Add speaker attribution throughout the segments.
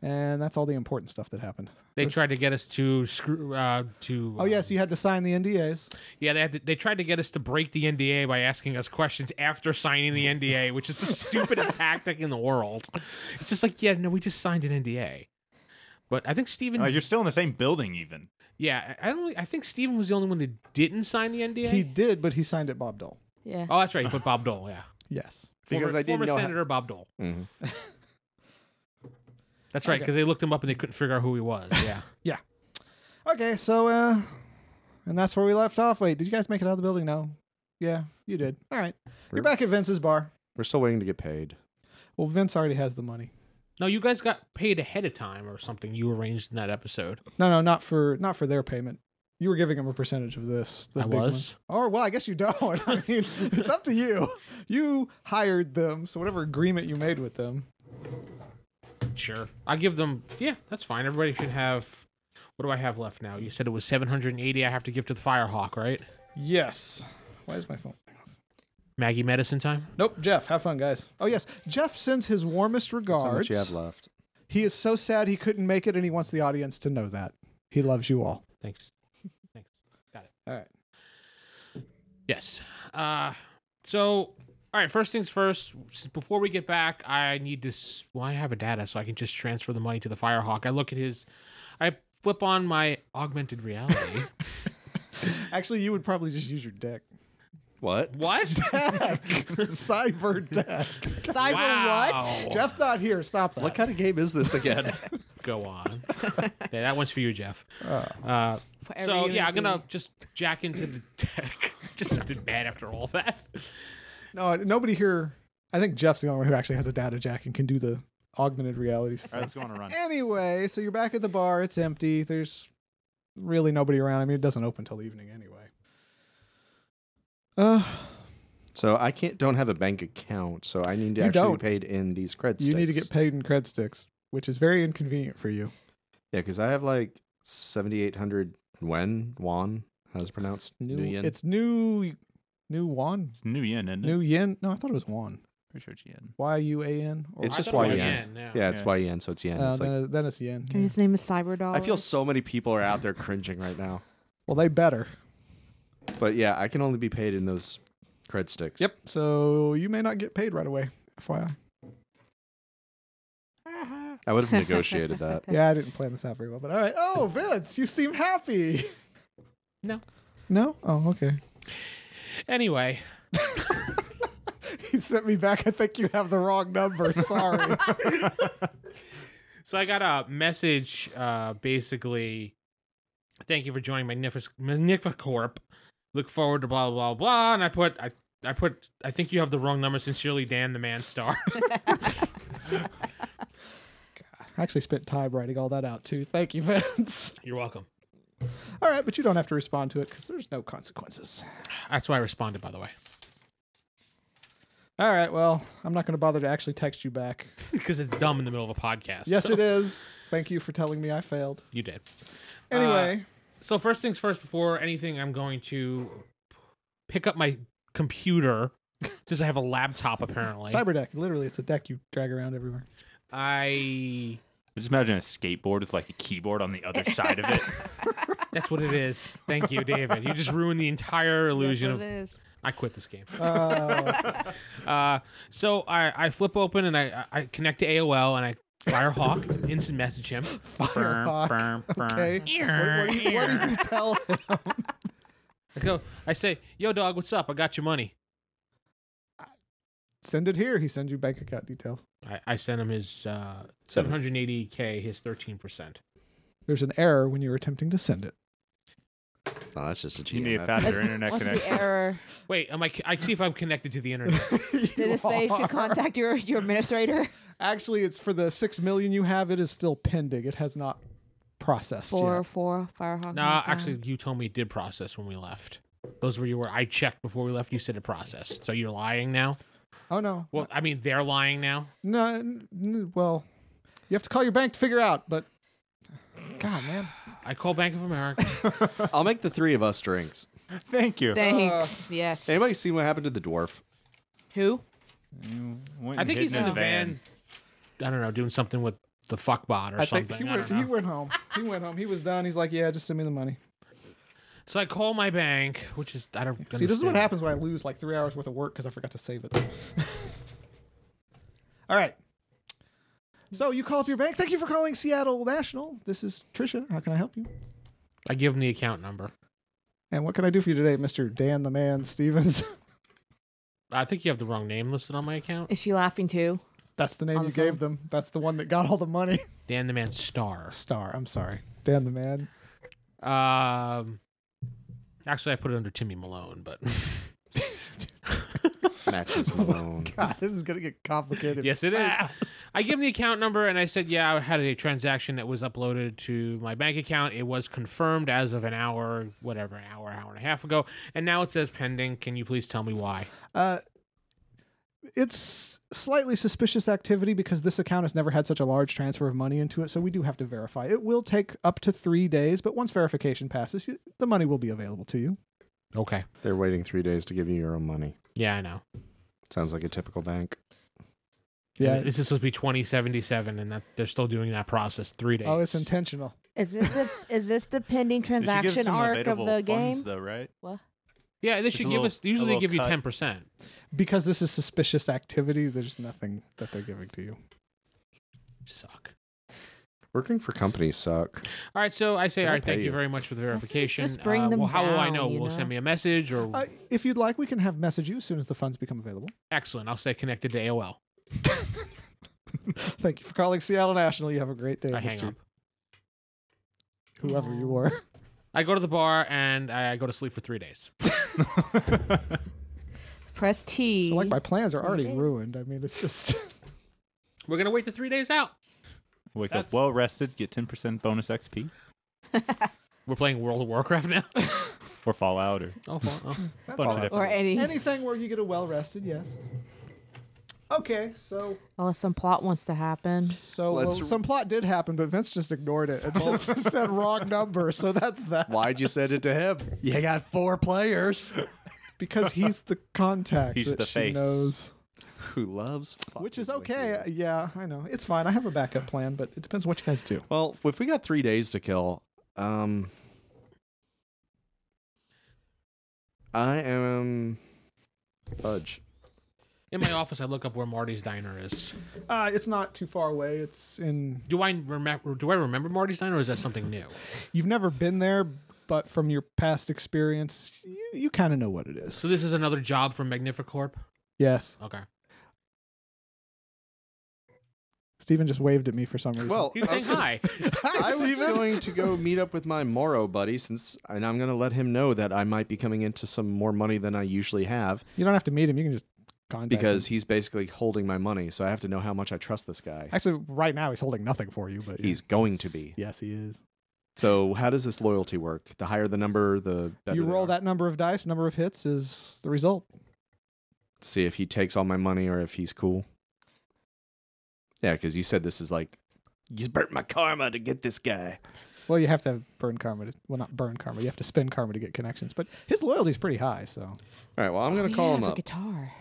Speaker 1: And that's all the important stuff that happened.
Speaker 2: They tried to get us to screw uh, to.
Speaker 1: Oh
Speaker 2: uh,
Speaker 1: yes, you had to sign the NDAs.
Speaker 2: yeah. They had to, they tried to get us to break the NDA by asking us questions after signing the NDA, which is the stupidest tactic in the world. It's just like, yeah, no, we just signed an NDA. But I think Steven,
Speaker 3: Uh, you're still in the same building, even.
Speaker 2: yeah, I I don't. really- I think Steven was the only one that didn't sign the NDA.
Speaker 1: He did, but he signed it Bob Dole.
Speaker 4: Yeah.
Speaker 2: oh, that's right. He put Bob Dole. Yeah,
Speaker 1: Yes.
Speaker 5: Because
Speaker 2: former,
Speaker 5: I didn't
Speaker 2: former
Speaker 5: know how-
Speaker 2: Senator Bob Dole.
Speaker 5: Mhm.
Speaker 2: That's right,
Speaker 1: Okay.
Speaker 2: because they looked him up and they couldn't figure out who he was. Yeah.
Speaker 1: Okay, so uh, and that's where we left off. Wait, did you guys make it out of the building? No. Yeah, you did. All right, you're
Speaker 5: Really?
Speaker 1: back at Vince's bar.
Speaker 5: We're still waiting to get paid.
Speaker 1: Well, Vince already has the money.
Speaker 2: No, you guys got paid ahead of time or something you arranged in that episode.
Speaker 1: No, no, not for not for their payment. You were giving him a percentage of this. The
Speaker 2: I
Speaker 1: big one.
Speaker 2: was.
Speaker 1: Or well, I guess you don't. I mean, it's up to you. You hired them, so whatever agreement you made with them.
Speaker 2: Sure. I give them, yeah, that's fine. Everybody should have, what do I have left now? You said it was 780 I have to give to the Firehawk, right?
Speaker 1: Yes. Why is my phone?
Speaker 2: Maggie medicine time?
Speaker 1: Nope, Jeff. Have fun, guys. Oh yes, Jeff sends his warmest
Speaker 5: That's how much
Speaker 1: regards.
Speaker 5: you have left.
Speaker 1: he is so sad he couldn't make it, and he wants the audience to know that he loves you all.
Speaker 2: Thanks. Thanks. Got it.
Speaker 1: All right.
Speaker 2: Yes. Uh, so, all right, first things first, s- before we get back, I need to, s- well, I have a data, so I can just transfer the money to the Firehawk. I look at his, I flip on my augmented reality.
Speaker 1: Actually, you would probably just use your deck.
Speaker 5: What?
Speaker 2: what?
Speaker 1: Deck. Cyber deck.
Speaker 4: Cyber
Speaker 2: Wow.
Speaker 1: Jeff's not here. Stop that.
Speaker 5: What kind of game is this again?
Speaker 2: Go on. yeah, that one's for you, Jeff.
Speaker 1: Oh.
Speaker 2: Uh,
Speaker 4: Whatever
Speaker 2: so
Speaker 4: you
Speaker 2: yeah, I'm
Speaker 4: wanna
Speaker 2: gonna just jack into the deck. just sounded bad after all that.
Speaker 1: No, nobody here. I think Jeff's the only one who actually has a data jack and can do the augmented reality stuff.
Speaker 3: All right, let's go on a run.
Speaker 1: Anyway, so you're back at the bar. It's empty. There's really nobody around. I mean, it doesn't open till evening anyway. Uh,
Speaker 5: so I can't don't have a bank account, so I need to
Speaker 1: You
Speaker 5: actually
Speaker 1: don't.
Speaker 5: be paid in these credits.
Speaker 1: you need to get paid in cred sticks, which is very inconvenient for you.
Speaker 5: Yeah, because I have like seventy eight hundred wen won. How's it pronounced? yen.
Speaker 1: it's new, new won,
Speaker 3: It's new yen, isn't it?
Speaker 1: new yen. No, I thought it was won.
Speaker 3: Pretty sure it's yen.
Speaker 1: Y u a n. or-
Speaker 5: It's
Speaker 2: I
Speaker 5: just
Speaker 2: thought it was
Speaker 5: YN.
Speaker 2: yen, yeah.
Speaker 5: yeah, it's
Speaker 3: Yeah.
Speaker 5: yen, so it's yen.
Speaker 1: Uh,
Speaker 5: it's like,
Speaker 1: then, then it's yen.
Speaker 4: Dude, his name is Cyber
Speaker 1: Uh,
Speaker 4: Dollar.
Speaker 5: I feel so many people are out there cringing right now.
Speaker 1: Well, they better.
Speaker 5: But yeah, I can only be paid in those cred sticks.
Speaker 1: Yep. So you may not get paid right away. FYI.
Speaker 5: I would have negotiated that.
Speaker 1: Yeah, I didn't plan this out very well, but all right. Oh, Vince, you seem happy.
Speaker 2: No.
Speaker 1: No? Oh, okay.
Speaker 2: Anyway,
Speaker 1: He sent me back. I think you have the wrong number. Sorry.
Speaker 2: so I got a message, uh, basically. Thank you for joining Magnific- Magnificorp. Look forward to blah blah blah. And I put I I put I think you have the wrong number. Sincerely, Dan the Man Star.
Speaker 1: I actually spent time writing all that out too. Thank you, Vince.
Speaker 2: You're welcome.
Speaker 1: All right, but you don't have to respond to it because there's no consequences.
Speaker 2: That's why I responded, by the way,
Speaker 1: All right, well, I'm not going to bother to actually text you back.
Speaker 2: because it's dumb in the middle of a podcast.
Speaker 1: Yes,
Speaker 2: so-
Speaker 1: it is. Thank you for telling me I failed.
Speaker 2: You did.
Speaker 1: Ah, Anyway,
Speaker 2: So first things first, before anything, I'm going to pick up my computer since I have a laptop. Apparently,
Speaker 1: cyber deck. Literally, it's a deck you drag around everywhere.
Speaker 2: I
Speaker 3: I just imagine a skateboard with like a keyboard on the other side of it.
Speaker 2: That's what it is. Thank you, David. You just ruined the entire illusion of. I quit this game.
Speaker 1: Uh,
Speaker 2: Uh, so I, I flip open and I, I connect to AOL and I Firehawk instant message him.
Speaker 1: Firehawk. okay. What, what do you, what do you tell him?
Speaker 2: I go. I say, "Yo, dog, what's up? I got your money."
Speaker 1: Send it here. He sends you bank account details.
Speaker 2: I, I sent him his uh,
Speaker 5: Seven.
Speaker 2: 780k, his 13 percent.
Speaker 1: There's an error when you're attempting to send it.
Speaker 5: Oh, that's just a GM.
Speaker 3: You need a
Speaker 5: effort.
Speaker 3: faster internet
Speaker 4: What's the
Speaker 3: connection.
Speaker 4: error?
Speaker 2: Wait, am I? I see if I'm connected to the internet.
Speaker 4: Did
Speaker 1: You
Speaker 4: it say
Speaker 1: are.
Speaker 4: to contact your, your administrator
Speaker 1: Actually, it's for the six million you have. It is still pending. It has not processed
Speaker 4: for
Speaker 1: yet.
Speaker 4: for Firehawk?
Speaker 2: nah, actually, you told me it did process when we left. Those were your word. I checked before we left. You said it processed. So you're lying now.
Speaker 1: Oh no.
Speaker 2: Well, I mean, they're lying now.
Speaker 1: No. n- n- Well, you have to call your bank to figure out. But God, man.
Speaker 2: I call Bank of America.
Speaker 5: I'll make the three of us drinks.
Speaker 3: Thank you.
Speaker 4: thanks. yes.
Speaker 5: Anybody seen what happened to the dwarf?
Speaker 4: Who?
Speaker 3: Went
Speaker 2: I
Speaker 3: and
Speaker 2: think
Speaker 3: hid
Speaker 2: he's in the van. I don't know, doing something with the fuck bot or
Speaker 1: I
Speaker 2: something.
Speaker 1: think he
Speaker 2: I
Speaker 1: went,
Speaker 2: don't
Speaker 1: he
Speaker 2: know.
Speaker 1: went home. He went home. He was done. He's like, yeah, just send me the money.
Speaker 2: So I call my bank, which is I don't.
Speaker 1: See, this is what
Speaker 2: understand.
Speaker 1: happens when I lose like three hours worth of work because I forgot to save it. All right. So you call up your bank. Thank you for calling Seattle National. This is Trisha. How can I help you?
Speaker 2: I give him the account number.
Speaker 1: And what can I do for you today, Mr. Dan the Man Stevens?
Speaker 2: I think you have the wrong name listed on my account.
Speaker 4: Is she laughing too?
Speaker 1: That's the name
Speaker 4: On
Speaker 1: you
Speaker 4: the
Speaker 1: gave them. That's the one that got all the money.
Speaker 2: Dan the Man Star.
Speaker 1: Star. I'm sorry. Dan the Man.
Speaker 2: Um, actually, I put it under Timmy Malone, but
Speaker 5: Matches Malone.
Speaker 1: God, this is gonna get complicated.
Speaker 2: yes, it is.
Speaker 1: Fast.
Speaker 2: I give him the account number, and I said, "Yeah, I had a transaction that was uploaded to my bank account. It was confirmed as of an hour, whatever, an hour, hour and a half ago, and now it says pending. Can you please tell me why?"
Speaker 1: Uh, it's slightly suspicious activity because this account has never had such a large transfer of money into it, so we do have to verify. It will take up to three days, but once verification passes, you- the money will be available to you.
Speaker 2: Okay.
Speaker 5: They're waiting three days to give you your own money.
Speaker 2: Yeah, I know.
Speaker 5: Sounds like a typical bank.
Speaker 1: Yeah.
Speaker 2: This is supposed to be 2077, and that they're still doing that process three days.
Speaker 1: Oh, it's intentional.
Speaker 4: Is this the is this the pending
Speaker 3: They should give
Speaker 4: transaction
Speaker 3: some
Speaker 4: arc of
Speaker 3: available
Speaker 4: the
Speaker 3: funds,
Speaker 4: game?
Speaker 3: though, right?
Speaker 2: Yeah, they
Speaker 3: It's
Speaker 2: should
Speaker 3: a
Speaker 2: give
Speaker 3: little-
Speaker 2: us. Usually,
Speaker 3: a
Speaker 2: they give you
Speaker 3: little cut.
Speaker 2: ten percent.
Speaker 1: Because this is suspicious activity, there's nothing that they're giving to you.
Speaker 2: Suck.
Speaker 5: Working for companies suck.
Speaker 2: All right, so I say,
Speaker 5: They
Speaker 2: all
Speaker 5: don't
Speaker 2: right, thank
Speaker 5: pay
Speaker 2: you.
Speaker 5: you.
Speaker 2: very much for the
Speaker 4: Let's just-
Speaker 2: verification.
Speaker 4: just bring
Speaker 2: uh,
Speaker 4: them
Speaker 2: well, how will I
Speaker 4: down,
Speaker 2: know?
Speaker 4: you
Speaker 2: will
Speaker 4: know?
Speaker 2: send me a message or
Speaker 1: Uh, if you'd like, we can have message you as soon as the funds become available.
Speaker 2: excellent? I'll stay connected to AOL.
Speaker 1: Thank you for calling Seattle National. You have a great day,
Speaker 2: I hang
Speaker 1: Mr.
Speaker 2: up.
Speaker 1: Whoever you were.
Speaker 2: I go to the bar and I go to sleep for three days.
Speaker 4: Press T.
Speaker 1: So, like, my plans are already
Speaker 4: Okay.
Speaker 1: ruined. I mean, it's just.
Speaker 2: We're gonna wait the three days out.
Speaker 3: Wake
Speaker 1: That's-
Speaker 3: up well rested, get 10% bonus XP
Speaker 2: We're playing World of Warcraft now.
Speaker 3: or Fallout or
Speaker 2: oh, well, oh.
Speaker 3: a bunch of
Speaker 4: or
Speaker 3: different.
Speaker 4: any
Speaker 1: Anything where you get a well rested, yes. Okay, so
Speaker 4: unless some plot wants to happen.
Speaker 1: so
Speaker 5: Let's-
Speaker 1: well, some plot did happen, but Vince just ignored it and just said wrong number. So that's that
Speaker 5: Why'd you send it to him? You got four players
Speaker 1: because he's the contact
Speaker 3: He's
Speaker 1: that
Speaker 3: the
Speaker 1: she
Speaker 3: face.
Speaker 1: knows,
Speaker 5: who loves, fucking
Speaker 1: which is
Speaker 5: with
Speaker 1: okay.
Speaker 5: you.
Speaker 1: Yeah, I know it's fine. I have a backup plan, but it depends what you guys do.
Speaker 5: Well, if we got three days to kill, um, I am fudge.
Speaker 2: in my office, I look up where Marty's Diner is.
Speaker 1: Uh, it's not too far away. It's in.
Speaker 2: Do I remember? Do I remember Marty's Diner? or Is that something new?
Speaker 1: You've never been there, but from your past experience, you, you kind of know what it is.
Speaker 2: So this is another job from Magnificorp.
Speaker 1: Yes,
Speaker 2: Okay.
Speaker 1: Stephen just waved at me for some reason.
Speaker 5: Well,
Speaker 2: He was
Speaker 5: I was
Speaker 2: saying hi.
Speaker 5: I was
Speaker 1: Stephen?
Speaker 5: going to go meet up with my Moro buddy since, and I'm going to let him know that I might be coming into some more money than I usually have
Speaker 1: you don't have to meet him. You can just contact him.
Speaker 5: because he's basically holding my money. So I have to know how much I trust this guy.
Speaker 1: Actually, right now he's holding nothing for you, but
Speaker 5: He's going to be.
Speaker 1: yes, he is.
Speaker 5: So how does this loyalty work? The higher the number, the better.
Speaker 1: you
Speaker 5: they
Speaker 1: roll
Speaker 5: are.
Speaker 1: that number of dice. Number of hits is the result.
Speaker 5: See if he takes all my money or if he's cool. Yeah, because you said this is like you burnt my karma to get this guy.
Speaker 1: Well, you have to burn karma. To, well, not burn karma. You have to spend karma to get connections. But his loyalty's pretty high. So
Speaker 5: All right. Well, I'm
Speaker 4: Oh,
Speaker 5: gonna
Speaker 4: yeah,
Speaker 5: call
Speaker 4: I
Speaker 5: him
Speaker 4: have a
Speaker 5: up.
Speaker 4: guitar.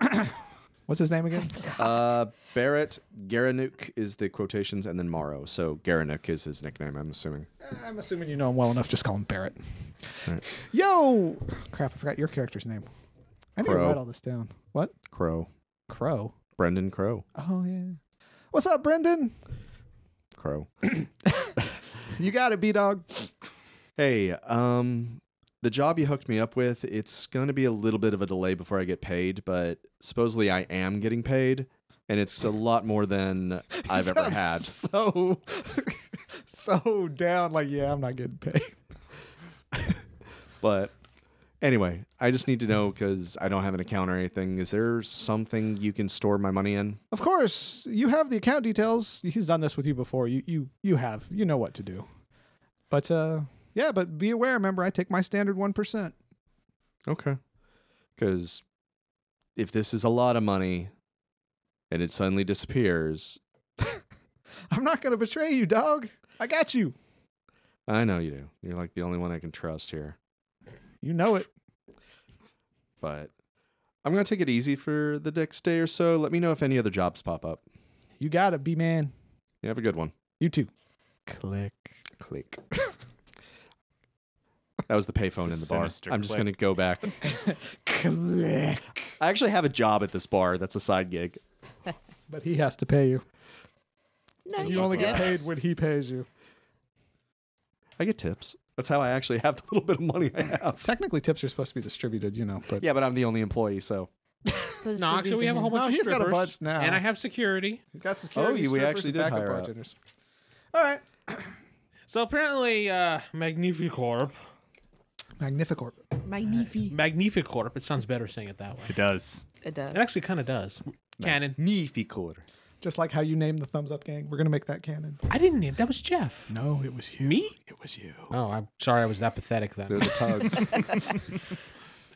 Speaker 1: I, What's his name again?
Speaker 5: Uh, Barrett Garanuk is the quotations, and then Morrow. So Garanuk is his nickname, I'm assuming.
Speaker 1: Eh, I'm assuming you know him well enough. Just call him Barrett.
Speaker 5: Alright.
Speaker 1: Yo, crap! I forgot your character's name. I need to
Speaker 5: Crow.
Speaker 1: write all this down. What?
Speaker 5: Crow.
Speaker 1: Crow.
Speaker 5: Brendan Crow.
Speaker 1: Oh yeah. What's up, Brendan?
Speaker 5: Crow.
Speaker 1: You got it, B dog.
Speaker 5: Hey, um, the job you hooked me up with, it's going to be a little bit of a delay before I get paid, but supposedly I am getting paid, and it's a lot more than I've ever had.
Speaker 1: So, so down. Like, yeah, I'm not getting paid.
Speaker 5: But anyway, I just need to know because I don't have an account or anything. Is there something you can store my money in?
Speaker 1: Of course, you have the account details. He's done this with you before. You you you have. You know what to do. But uh, yeah. But be aware. Remember, I take my standard one percent.
Speaker 5: Okay. Because if this is a lot of money and it suddenly disappears,
Speaker 1: I'm not gonna betray you, dog. I got you.
Speaker 5: I know you do. You're like the only one I can trust here.
Speaker 1: You know it.
Speaker 5: But I'm going to take it easy for the next day or so. Let me know if any other jobs pop up.
Speaker 1: You got it, B man.
Speaker 5: You have a good one.
Speaker 1: You too.
Speaker 3: Click.
Speaker 5: Click. that was the payphone in
Speaker 3: It's
Speaker 5: the
Speaker 3: a
Speaker 5: bar.
Speaker 3: sinister
Speaker 5: I'm just
Speaker 3: click.
Speaker 5: going to go back.
Speaker 1: Click.
Speaker 5: I actually have a job at this bar. That's a side gig.
Speaker 1: But he has to pay you.
Speaker 4: No,
Speaker 1: You only get paid
Speaker 4: tips.
Speaker 1: when he pays you.
Speaker 5: I get tips. That's how I actually have the little bit of money I have.
Speaker 1: Technically, tips are supposed to be distributed, you know. But
Speaker 5: Yeah, but I'm the only employee, so.
Speaker 4: So it's
Speaker 2: No, actually, we have a whole
Speaker 1: No,
Speaker 2: bunch of
Speaker 1: he's got a
Speaker 2: strippers,
Speaker 1: bunch now.
Speaker 2: and I have security.
Speaker 1: He's got security.
Speaker 5: Oh, we
Speaker 1: strippers,
Speaker 5: actually
Speaker 1: and
Speaker 5: did
Speaker 1: backup
Speaker 5: hire out.
Speaker 1: bartenders. All right.
Speaker 2: So apparently, uh, Magnificorp,
Speaker 1: Magnificorp.
Speaker 4: Magnifi.
Speaker 2: Magnificorp. It sounds better saying it that way.
Speaker 3: It does.
Speaker 4: It
Speaker 2: It
Speaker 4: does.
Speaker 2: actually kind of does. Canon.
Speaker 5: Nificor.
Speaker 1: Just like how you named the thumbs up gang. We're going to make that canon.
Speaker 2: I didn't name that was Jeff.
Speaker 1: No, it was you.
Speaker 2: Me?
Speaker 1: It was you.
Speaker 2: Oh, I'm sorry. I was that pathetic then.
Speaker 5: They're the tugs.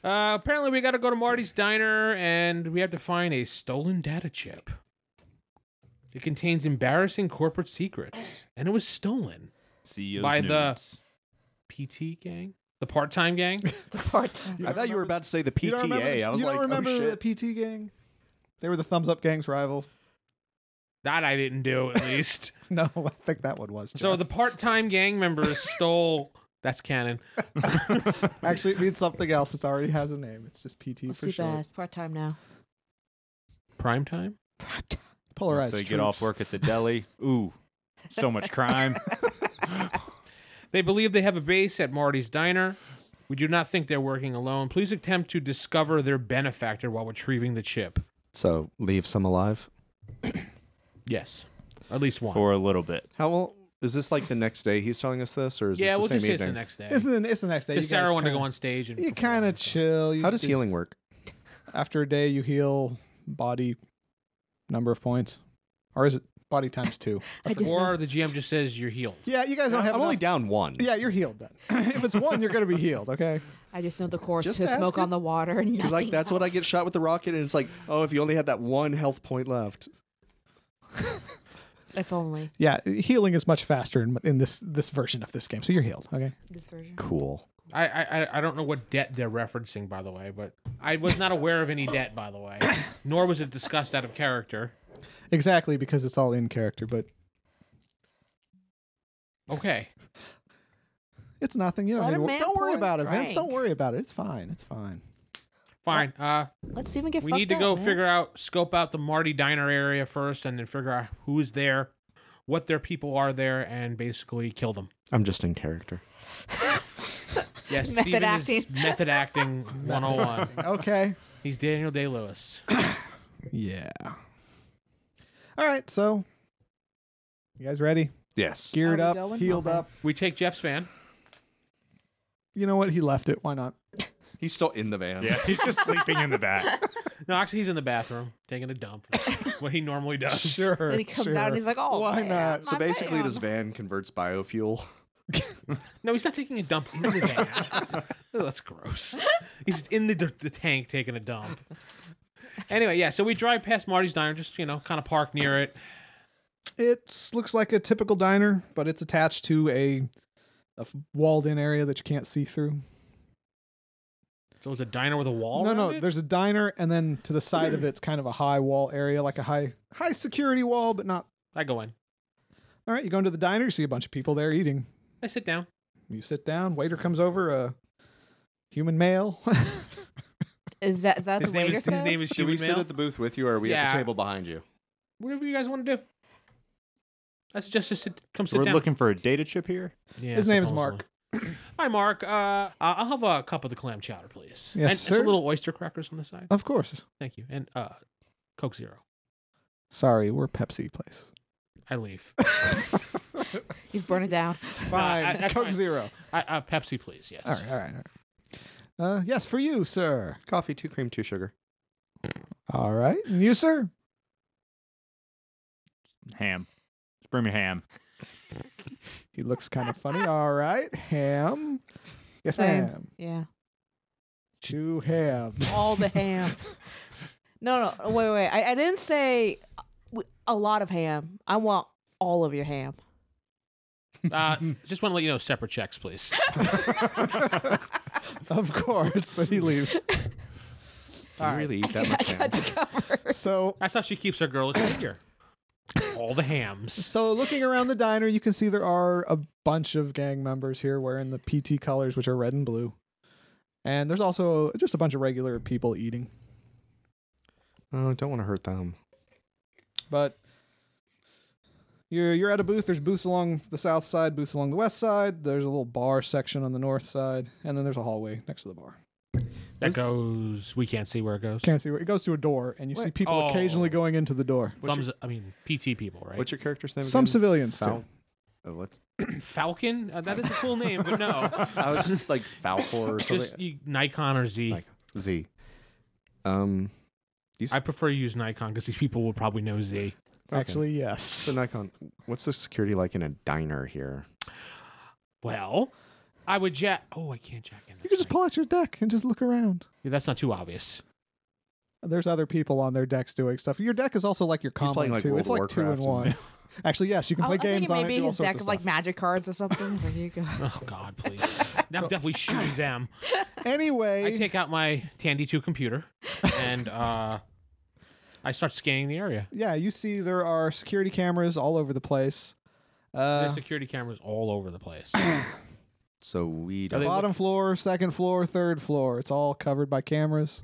Speaker 2: Uh, apparently, we got to go to Marty's diner, and we have to find a stolen data chip. It contains embarrassing corporate secrets, and it was stolen.
Speaker 3: CEO's
Speaker 2: By the-
Speaker 3: nudes.
Speaker 2: PT gang, the part-time gang.
Speaker 4: Part time.
Speaker 5: I thought you were about to say the
Speaker 1: You
Speaker 5: PTA.
Speaker 1: don't remember,
Speaker 5: I was
Speaker 1: you
Speaker 5: like,
Speaker 1: don't remember
Speaker 5: oh shit.
Speaker 1: the PT gang? They were the thumbs up gang's rival.
Speaker 2: that I didn't do, at least.
Speaker 1: No, I think that one was.
Speaker 2: so
Speaker 1: Jeff.
Speaker 2: the part-time gang members stole. That's canon.
Speaker 1: actually it means something else. It's already has a name. It's just PT
Speaker 4: That's
Speaker 1: for
Speaker 4: too
Speaker 1: sure.
Speaker 4: bad. Part time now.
Speaker 2: Prime time.
Speaker 1: Polarized.
Speaker 3: So you get off
Speaker 1: troops.
Speaker 3: work at the deli. Ooh, so much crime.
Speaker 2: They believe they have a base at Marty's diner. We do not think they're working alone. Please attempt to discover their benefactor while retrieving the chip.
Speaker 5: So leave some alive.
Speaker 2: Yes, at least one.
Speaker 3: for a little bit.
Speaker 5: How old is this? Like the next day he's telling us this, or is
Speaker 2: yeah,
Speaker 5: this
Speaker 2: we'll
Speaker 5: the
Speaker 2: just
Speaker 5: same
Speaker 2: say it's the
Speaker 5: evening?
Speaker 2: next day.
Speaker 1: It's the, it's the next day. You
Speaker 2: Does Sarah
Speaker 1: guys
Speaker 2: want to go
Speaker 1: kinda-
Speaker 2: on stage? And
Speaker 1: You
Speaker 2: perform,
Speaker 1: kind of
Speaker 2: so.
Speaker 1: chill. You
Speaker 5: How does
Speaker 1: do-
Speaker 5: healing work?
Speaker 1: after a day you heal body number of points, or is it body times two?
Speaker 4: I just
Speaker 2: Or the GM just says you're healed.
Speaker 1: Yeah, you guys don't have.
Speaker 5: I'm only
Speaker 1: enough-
Speaker 5: down one.
Speaker 1: Yeah, you're healed then. if it's one, you're gonna be healed. Okay.
Speaker 4: I just know the course
Speaker 5: Just
Speaker 4: to
Speaker 5: ask
Speaker 4: smoke
Speaker 5: her.
Speaker 4: on the water. and
Speaker 5: Because like
Speaker 4: nothing
Speaker 5: that's what I
Speaker 4: else.
Speaker 5: get shot with the rocket, and it's like, oh, if you only had that one health point left.
Speaker 4: If only
Speaker 1: Yeah, healing is much faster in, in this this version of this game, so you're healed. Okay.
Speaker 4: this version.
Speaker 5: Cool.
Speaker 2: I, I I- I don't know what debt they're referencing, by the way, but I was not aware of any debt, by the way, nor was it discussed out of character.
Speaker 1: Exactly because it's all in character, but
Speaker 2: Okay,
Speaker 1: it's nothing. You don't
Speaker 4: Let
Speaker 1: need
Speaker 4: a
Speaker 1: to, wor-
Speaker 4: man
Speaker 1: don't worry
Speaker 4: pour
Speaker 1: about it,
Speaker 4: his
Speaker 1: Vince. Don't
Speaker 4: drink.
Speaker 1: worry about it. It's fine. It's fine.
Speaker 2: fine. Uh,
Speaker 4: Let's even get.
Speaker 2: we
Speaker 4: fucked
Speaker 2: need to
Speaker 4: up,
Speaker 2: go
Speaker 4: man.
Speaker 2: figure out, scope out the Marty Diner area first, and then figure out who's there, what their people are there, and basically kill them.
Speaker 5: I'm just in character.
Speaker 2: Yes,
Speaker 4: Method
Speaker 2: Steven is
Speaker 4: acting.
Speaker 2: method acting 101.
Speaker 1: Okay.
Speaker 2: He's Daniel Day Lewis.
Speaker 1: yeah. All right. So, you guys ready?
Speaker 5: Yes.
Speaker 1: Geared
Speaker 4: we
Speaker 1: up,
Speaker 4: going?
Speaker 1: healed
Speaker 4: Okay.
Speaker 1: up.
Speaker 2: We take Jeff's van.
Speaker 1: You know what? He left it. Why not?
Speaker 5: He's still in the van.
Speaker 3: Yeah, he's just sleeping in the back.
Speaker 2: No, actually, he's in the bathroom taking a dump, what he normally does.
Speaker 1: Sure.
Speaker 4: And he comes out and he's like, "Oh,
Speaker 1: Why
Speaker 4: man,
Speaker 1: not?
Speaker 5: So
Speaker 4: my
Speaker 5: basically,
Speaker 4: man."
Speaker 5: this van converts biofuel.
Speaker 2: No, he's not taking a dump in the van. Oh, that's gross. He's in the, the tank taking a dump. Anyway, yeah, so we drive past Marty's Diner, just, you know, kind of park near it.
Speaker 1: It looks like a typical diner, but it's attached to a, a walled in area that you can't see through.
Speaker 2: So it's a diner with a wall.
Speaker 1: no,
Speaker 2: around
Speaker 1: no.
Speaker 2: it?
Speaker 1: There's a diner, and then to the side of it's kind of a high wall area, like a high high security wall, but not.
Speaker 2: I go in.
Speaker 1: All right, you go into the diner, you see a bunch of people there eating.
Speaker 2: I sit down.
Speaker 1: You sit down. Waiter comes over. A human male.
Speaker 4: Is that is that
Speaker 2: His
Speaker 4: the
Speaker 2: name
Speaker 4: waiter
Speaker 2: is his name is
Speaker 4: says?
Speaker 5: Do we
Speaker 2: Huey
Speaker 5: sit
Speaker 2: Mail.
Speaker 5: at the booth with you, or are we at the
Speaker 2: Yeah.
Speaker 5: table behind you?
Speaker 2: Whatever you guys want to do. I suggest just sit. Come sit
Speaker 3: We're
Speaker 2: down.
Speaker 3: looking for a data chip here.
Speaker 2: Yeah,
Speaker 1: His name is
Speaker 2: supposedly. Hi, Mark. Uh, I'll have a cup of the clam chowder, please. and,
Speaker 1: Yes,
Speaker 2: and
Speaker 1: sir.
Speaker 2: some little oyster crackers on the side.
Speaker 1: of course.
Speaker 2: Thank you. And uh, Coke Zero.
Speaker 1: Sorry, we're Pepsi place.
Speaker 2: I leave.
Speaker 4: You've burned it down.
Speaker 1: Fine.
Speaker 2: Uh, I- I-
Speaker 1: Coke
Speaker 2: I-
Speaker 1: Zero.
Speaker 2: I, uh, Pepsi, please. Yes.
Speaker 1: All right, all right, all right. Uh, yes, for you, sir.
Speaker 5: Coffee, two cream, two sugar.
Speaker 1: All right. And you, sir?
Speaker 3: Ham. Just bring me ham.
Speaker 1: He looks kind of funny. All right. Ham. Yes,
Speaker 4: Same.
Speaker 1: ma'am.
Speaker 4: Yeah.
Speaker 1: Two hams.
Speaker 4: All the ham. No, no. Wait, wait. I, I didn't say a lot of ham. I want all of your ham.
Speaker 2: Uh, just want to let you know, separate checks, please.
Speaker 1: of course. So he leaves.
Speaker 5: Do you really eat that
Speaker 4: I
Speaker 5: much
Speaker 4: got you
Speaker 5: ham?
Speaker 4: covered.
Speaker 1: So
Speaker 2: That's how she keeps her girlish figure. All the hams.
Speaker 1: so looking around the diner, you can see there are a bunch of gang members here wearing the PT colors, which are red and blue. And there's also just a bunch of regular people eating.
Speaker 5: Oh, don't want to hurt them.
Speaker 1: But you're you're at a booth. There's booths along the south side, booths along the west side. There's a little bar section on the north side, and then there's a hallway next to the bar.
Speaker 2: That goes. We can't see where it goes.
Speaker 1: Can't see where it goes to a door, and you see
Speaker 5: Wait.
Speaker 1: people
Speaker 2: Oh.
Speaker 1: occasionally going into the door.
Speaker 2: Thumbs. I mean, PT people, right?
Speaker 5: What's your character's name?
Speaker 1: Some
Speaker 5: again?
Speaker 1: civilians
Speaker 5: Fal-
Speaker 1: too.
Speaker 5: Oh, what?
Speaker 2: Falcon. Uh, that is a cool name, but no.
Speaker 5: I was just like Falcor or something.
Speaker 2: Just you, Nikon or Z. I
Speaker 5: Nikon. Z. Um, you s-
Speaker 2: prefer to use Nikon because these people will probably know Z.
Speaker 5: Okay.
Speaker 1: Actually, yes.
Speaker 5: the Nikon. What's the security like in a diner here?
Speaker 2: Well, I would jack. Oh, I can't jack in.
Speaker 1: You can just pull out your deck and just look around.
Speaker 2: Yeah, that's not too obvious.
Speaker 1: There's other people on their decks doing stuff. Your deck is also like your combo
Speaker 5: playing, like,
Speaker 1: too.
Speaker 5: World
Speaker 1: it's
Speaker 5: of
Speaker 1: like two in one.
Speaker 5: Warcraft
Speaker 1: Actually, yes, you can
Speaker 4: I,
Speaker 1: play
Speaker 4: Oh, I think
Speaker 1: games
Speaker 4: it may
Speaker 1: on it.
Speaker 4: be
Speaker 1: do all
Speaker 4: his
Speaker 1: sorts
Speaker 4: deck
Speaker 1: of
Speaker 4: of like
Speaker 1: stuff.
Speaker 4: magic cards or something. There you go.
Speaker 2: Oh God, please. now I'm definitely shooting them.
Speaker 1: anyway,
Speaker 2: I take out my Tandy Two computer, and uh, I start scanning the area.
Speaker 1: yeah, you see there are security cameras all over the place. Uh,
Speaker 2: There's security cameras all over the place.
Speaker 5: So we
Speaker 2: Are
Speaker 5: don't.
Speaker 2: they-
Speaker 1: bottom floor, second floor, third floor. It's all covered by cameras.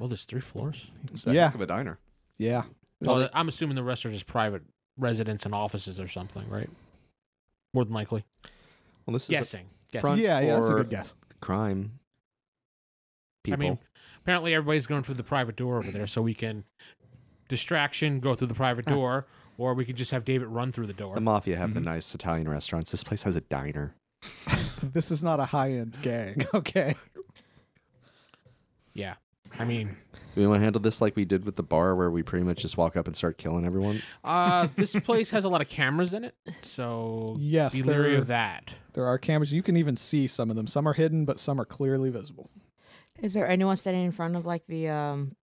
Speaker 2: well, there's three floors.
Speaker 5: It's a
Speaker 1: Yeah.
Speaker 5: heck of a diner.
Speaker 1: Yeah.
Speaker 2: Well, I'm assuming the rest are just private residents and offices or something, right? More than likely.
Speaker 5: Well, this is a
Speaker 2: Guessing. Guessing.
Speaker 5: front
Speaker 1: yeah, yeah, that's a
Speaker 5: for
Speaker 1: good guess.
Speaker 5: crime.
Speaker 2: I
Speaker 5: People.
Speaker 2: mean, apparently everybody's going through the private door over there, so we can distraction go through the private door, or we could just have David run through the door.
Speaker 5: Uh. the mafia have the
Speaker 2: Mm-hmm.
Speaker 5: nice Italian restaurants. This place has a diner.
Speaker 1: This is not a high end gang, okay?
Speaker 2: Yeah, I mean,
Speaker 5: Do we want to handle this like we did with the bar, where we pretty much just walk up and start killing everyone?
Speaker 2: uh, this place has a lot of cameras in it, so
Speaker 1: Yes,
Speaker 2: be leery
Speaker 1: there-
Speaker 2: of that.
Speaker 1: There are cameras. You can even see some of them. Some are hidden, but some are clearly visible.
Speaker 4: Is there anyone standing in front of like the um,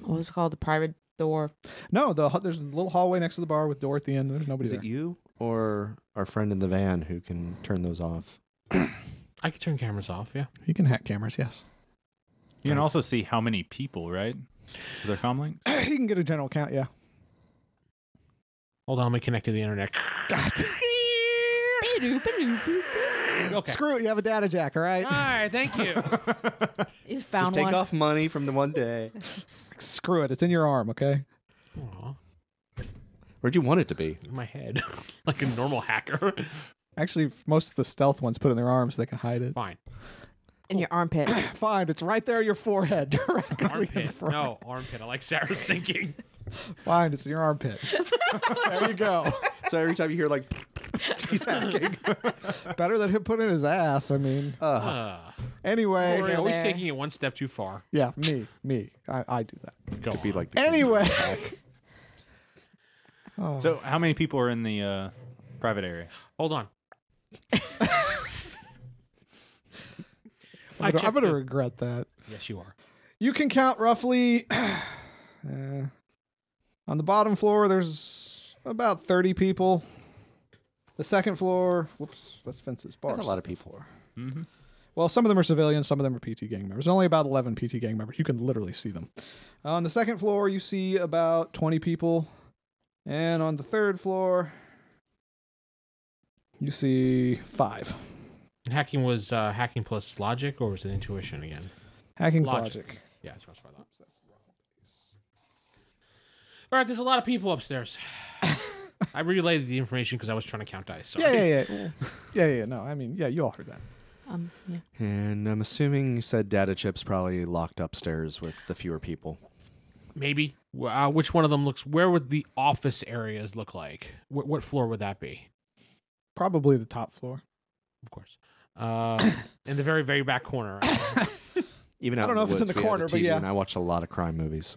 Speaker 4: what was it called the private door?
Speaker 1: No, the there's a little hallway next to the bar with door at the end. There's nobody
Speaker 5: Is
Speaker 1: there.
Speaker 5: it you or our friend in the van who can turn those off?
Speaker 2: I could turn cameras off. Yeah,
Speaker 1: e- You can hack cameras, yes.
Speaker 3: You can also see how many people, right? With their comlink.
Speaker 1: you can get a general count, yeah.
Speaker 2: hold on, let me connect to the internet. okay.
Speaker 1: Screw it, you have a data jack, all right?
Speaker 2: All right, thank you.
Speaker 4: You found
Speaker 5: just take
Speaker 4: one.
Speaker 5: off money from the one day.
Speaker 1: Screw it, it's in your arm, okay?
Speaker 2: Aw,
Speaker 5: Where'd you want it to be?
Speaker 2: in my head, like a normal hacker.
Speaker 1: Actually, f- most of the stealth ones put it in their arm so they can hide it.
Speaker 2: Fine.
Speaker 4: in your armpit.
Speaker 1: Fine, it's right there, your forehead, directly in
Speaker 2: Armpit.
Speaker 1: front.
Speaker 2: No, armpit. I like Sarah's thinking.
Speaker 1: Fine, it's in your armpit. there you go.
Speaker 5: So every time you hear like, he's hacking.
Speaker 1: Better that he'll put in his ass. I mean,
Speaker 5: Uh,
Speaker 2: Uh,
Speaker 1: anyway,
Speaker 4: Glory.
Speaker 2: you're always
Speaker 4: there.
Speaker 2: taking it one step too far.
Speaker 1: yeah, me, me, I, I do that.
Speaker 2: Go
Speaker 5: could be
Speaker 2: on.
Speaker 5: like the
Speaker 1: Anyway,
Speaker 3: So how many people are in the uh, private area?
Speaker 2: Hold on. I
Speaker 1: I'm gonna, I'm
Speaker 2: checked
Speaker 1: gonna
Speaker 2: it.
Speaker 1: regret that.
Speaker 2: Yes, you are.
Speaker 1: You can count roughly. uh, on the bottom floor, there's about 30 people. The second floor, whoops, that's Fence's bar.
Speaker 5: That's a lot of
Speaker 1: second
Speaker 5: people.
Speaker 1: floor.
Speaker 3: Mm-hmm.
Speaker 1: Well, some of them are civilians, some of them are PT gang members. There's only about 11 PT gang members. You can literally see them. On the second floor, you see about 20 people. And on the third floor, you see five.
Speaker 2: And hacking was uh, hacking plus logic, or was it intuition again?
Speaker 1: Hacking
Speaker 2: Logic.
Speaker 1: logic.
Speaker 2: Yeah, that's what I thought. All right, there's a lot of people upstairs. I relayed the information because I was trying to count dice. Sorry.
Speaker 1: Yeah, yeah, yeah. yeah, yeah, no. I mean, yeah, you all heard that.
Speaker 4: Um, yeah.
Speaker 5: And I'm assuming you said data chip's probably locked upstairs with the fewer people.
Speaker 2: Maybe. Wh- Uh, which one of them looks? Where would the office areas look like? Wh- what floor would that be?
Speaker 1: Probably the top floor.
Speaker 2: Of course. Uh, in the very, very back corner.
Speaker 5: Even
Speaker 1: I
Speaker 5: out
Speaker 1: don't know if
Speaker 5: the
Speaker 1: it's in
Speaker 5: woods,
Speaker 1: the
Speaker 5: we have a
Speaker 1: corner, but
Speaker 5: TV,
Speaker 1: yeah.
Speaker 5: And I watched a lot of crime movies.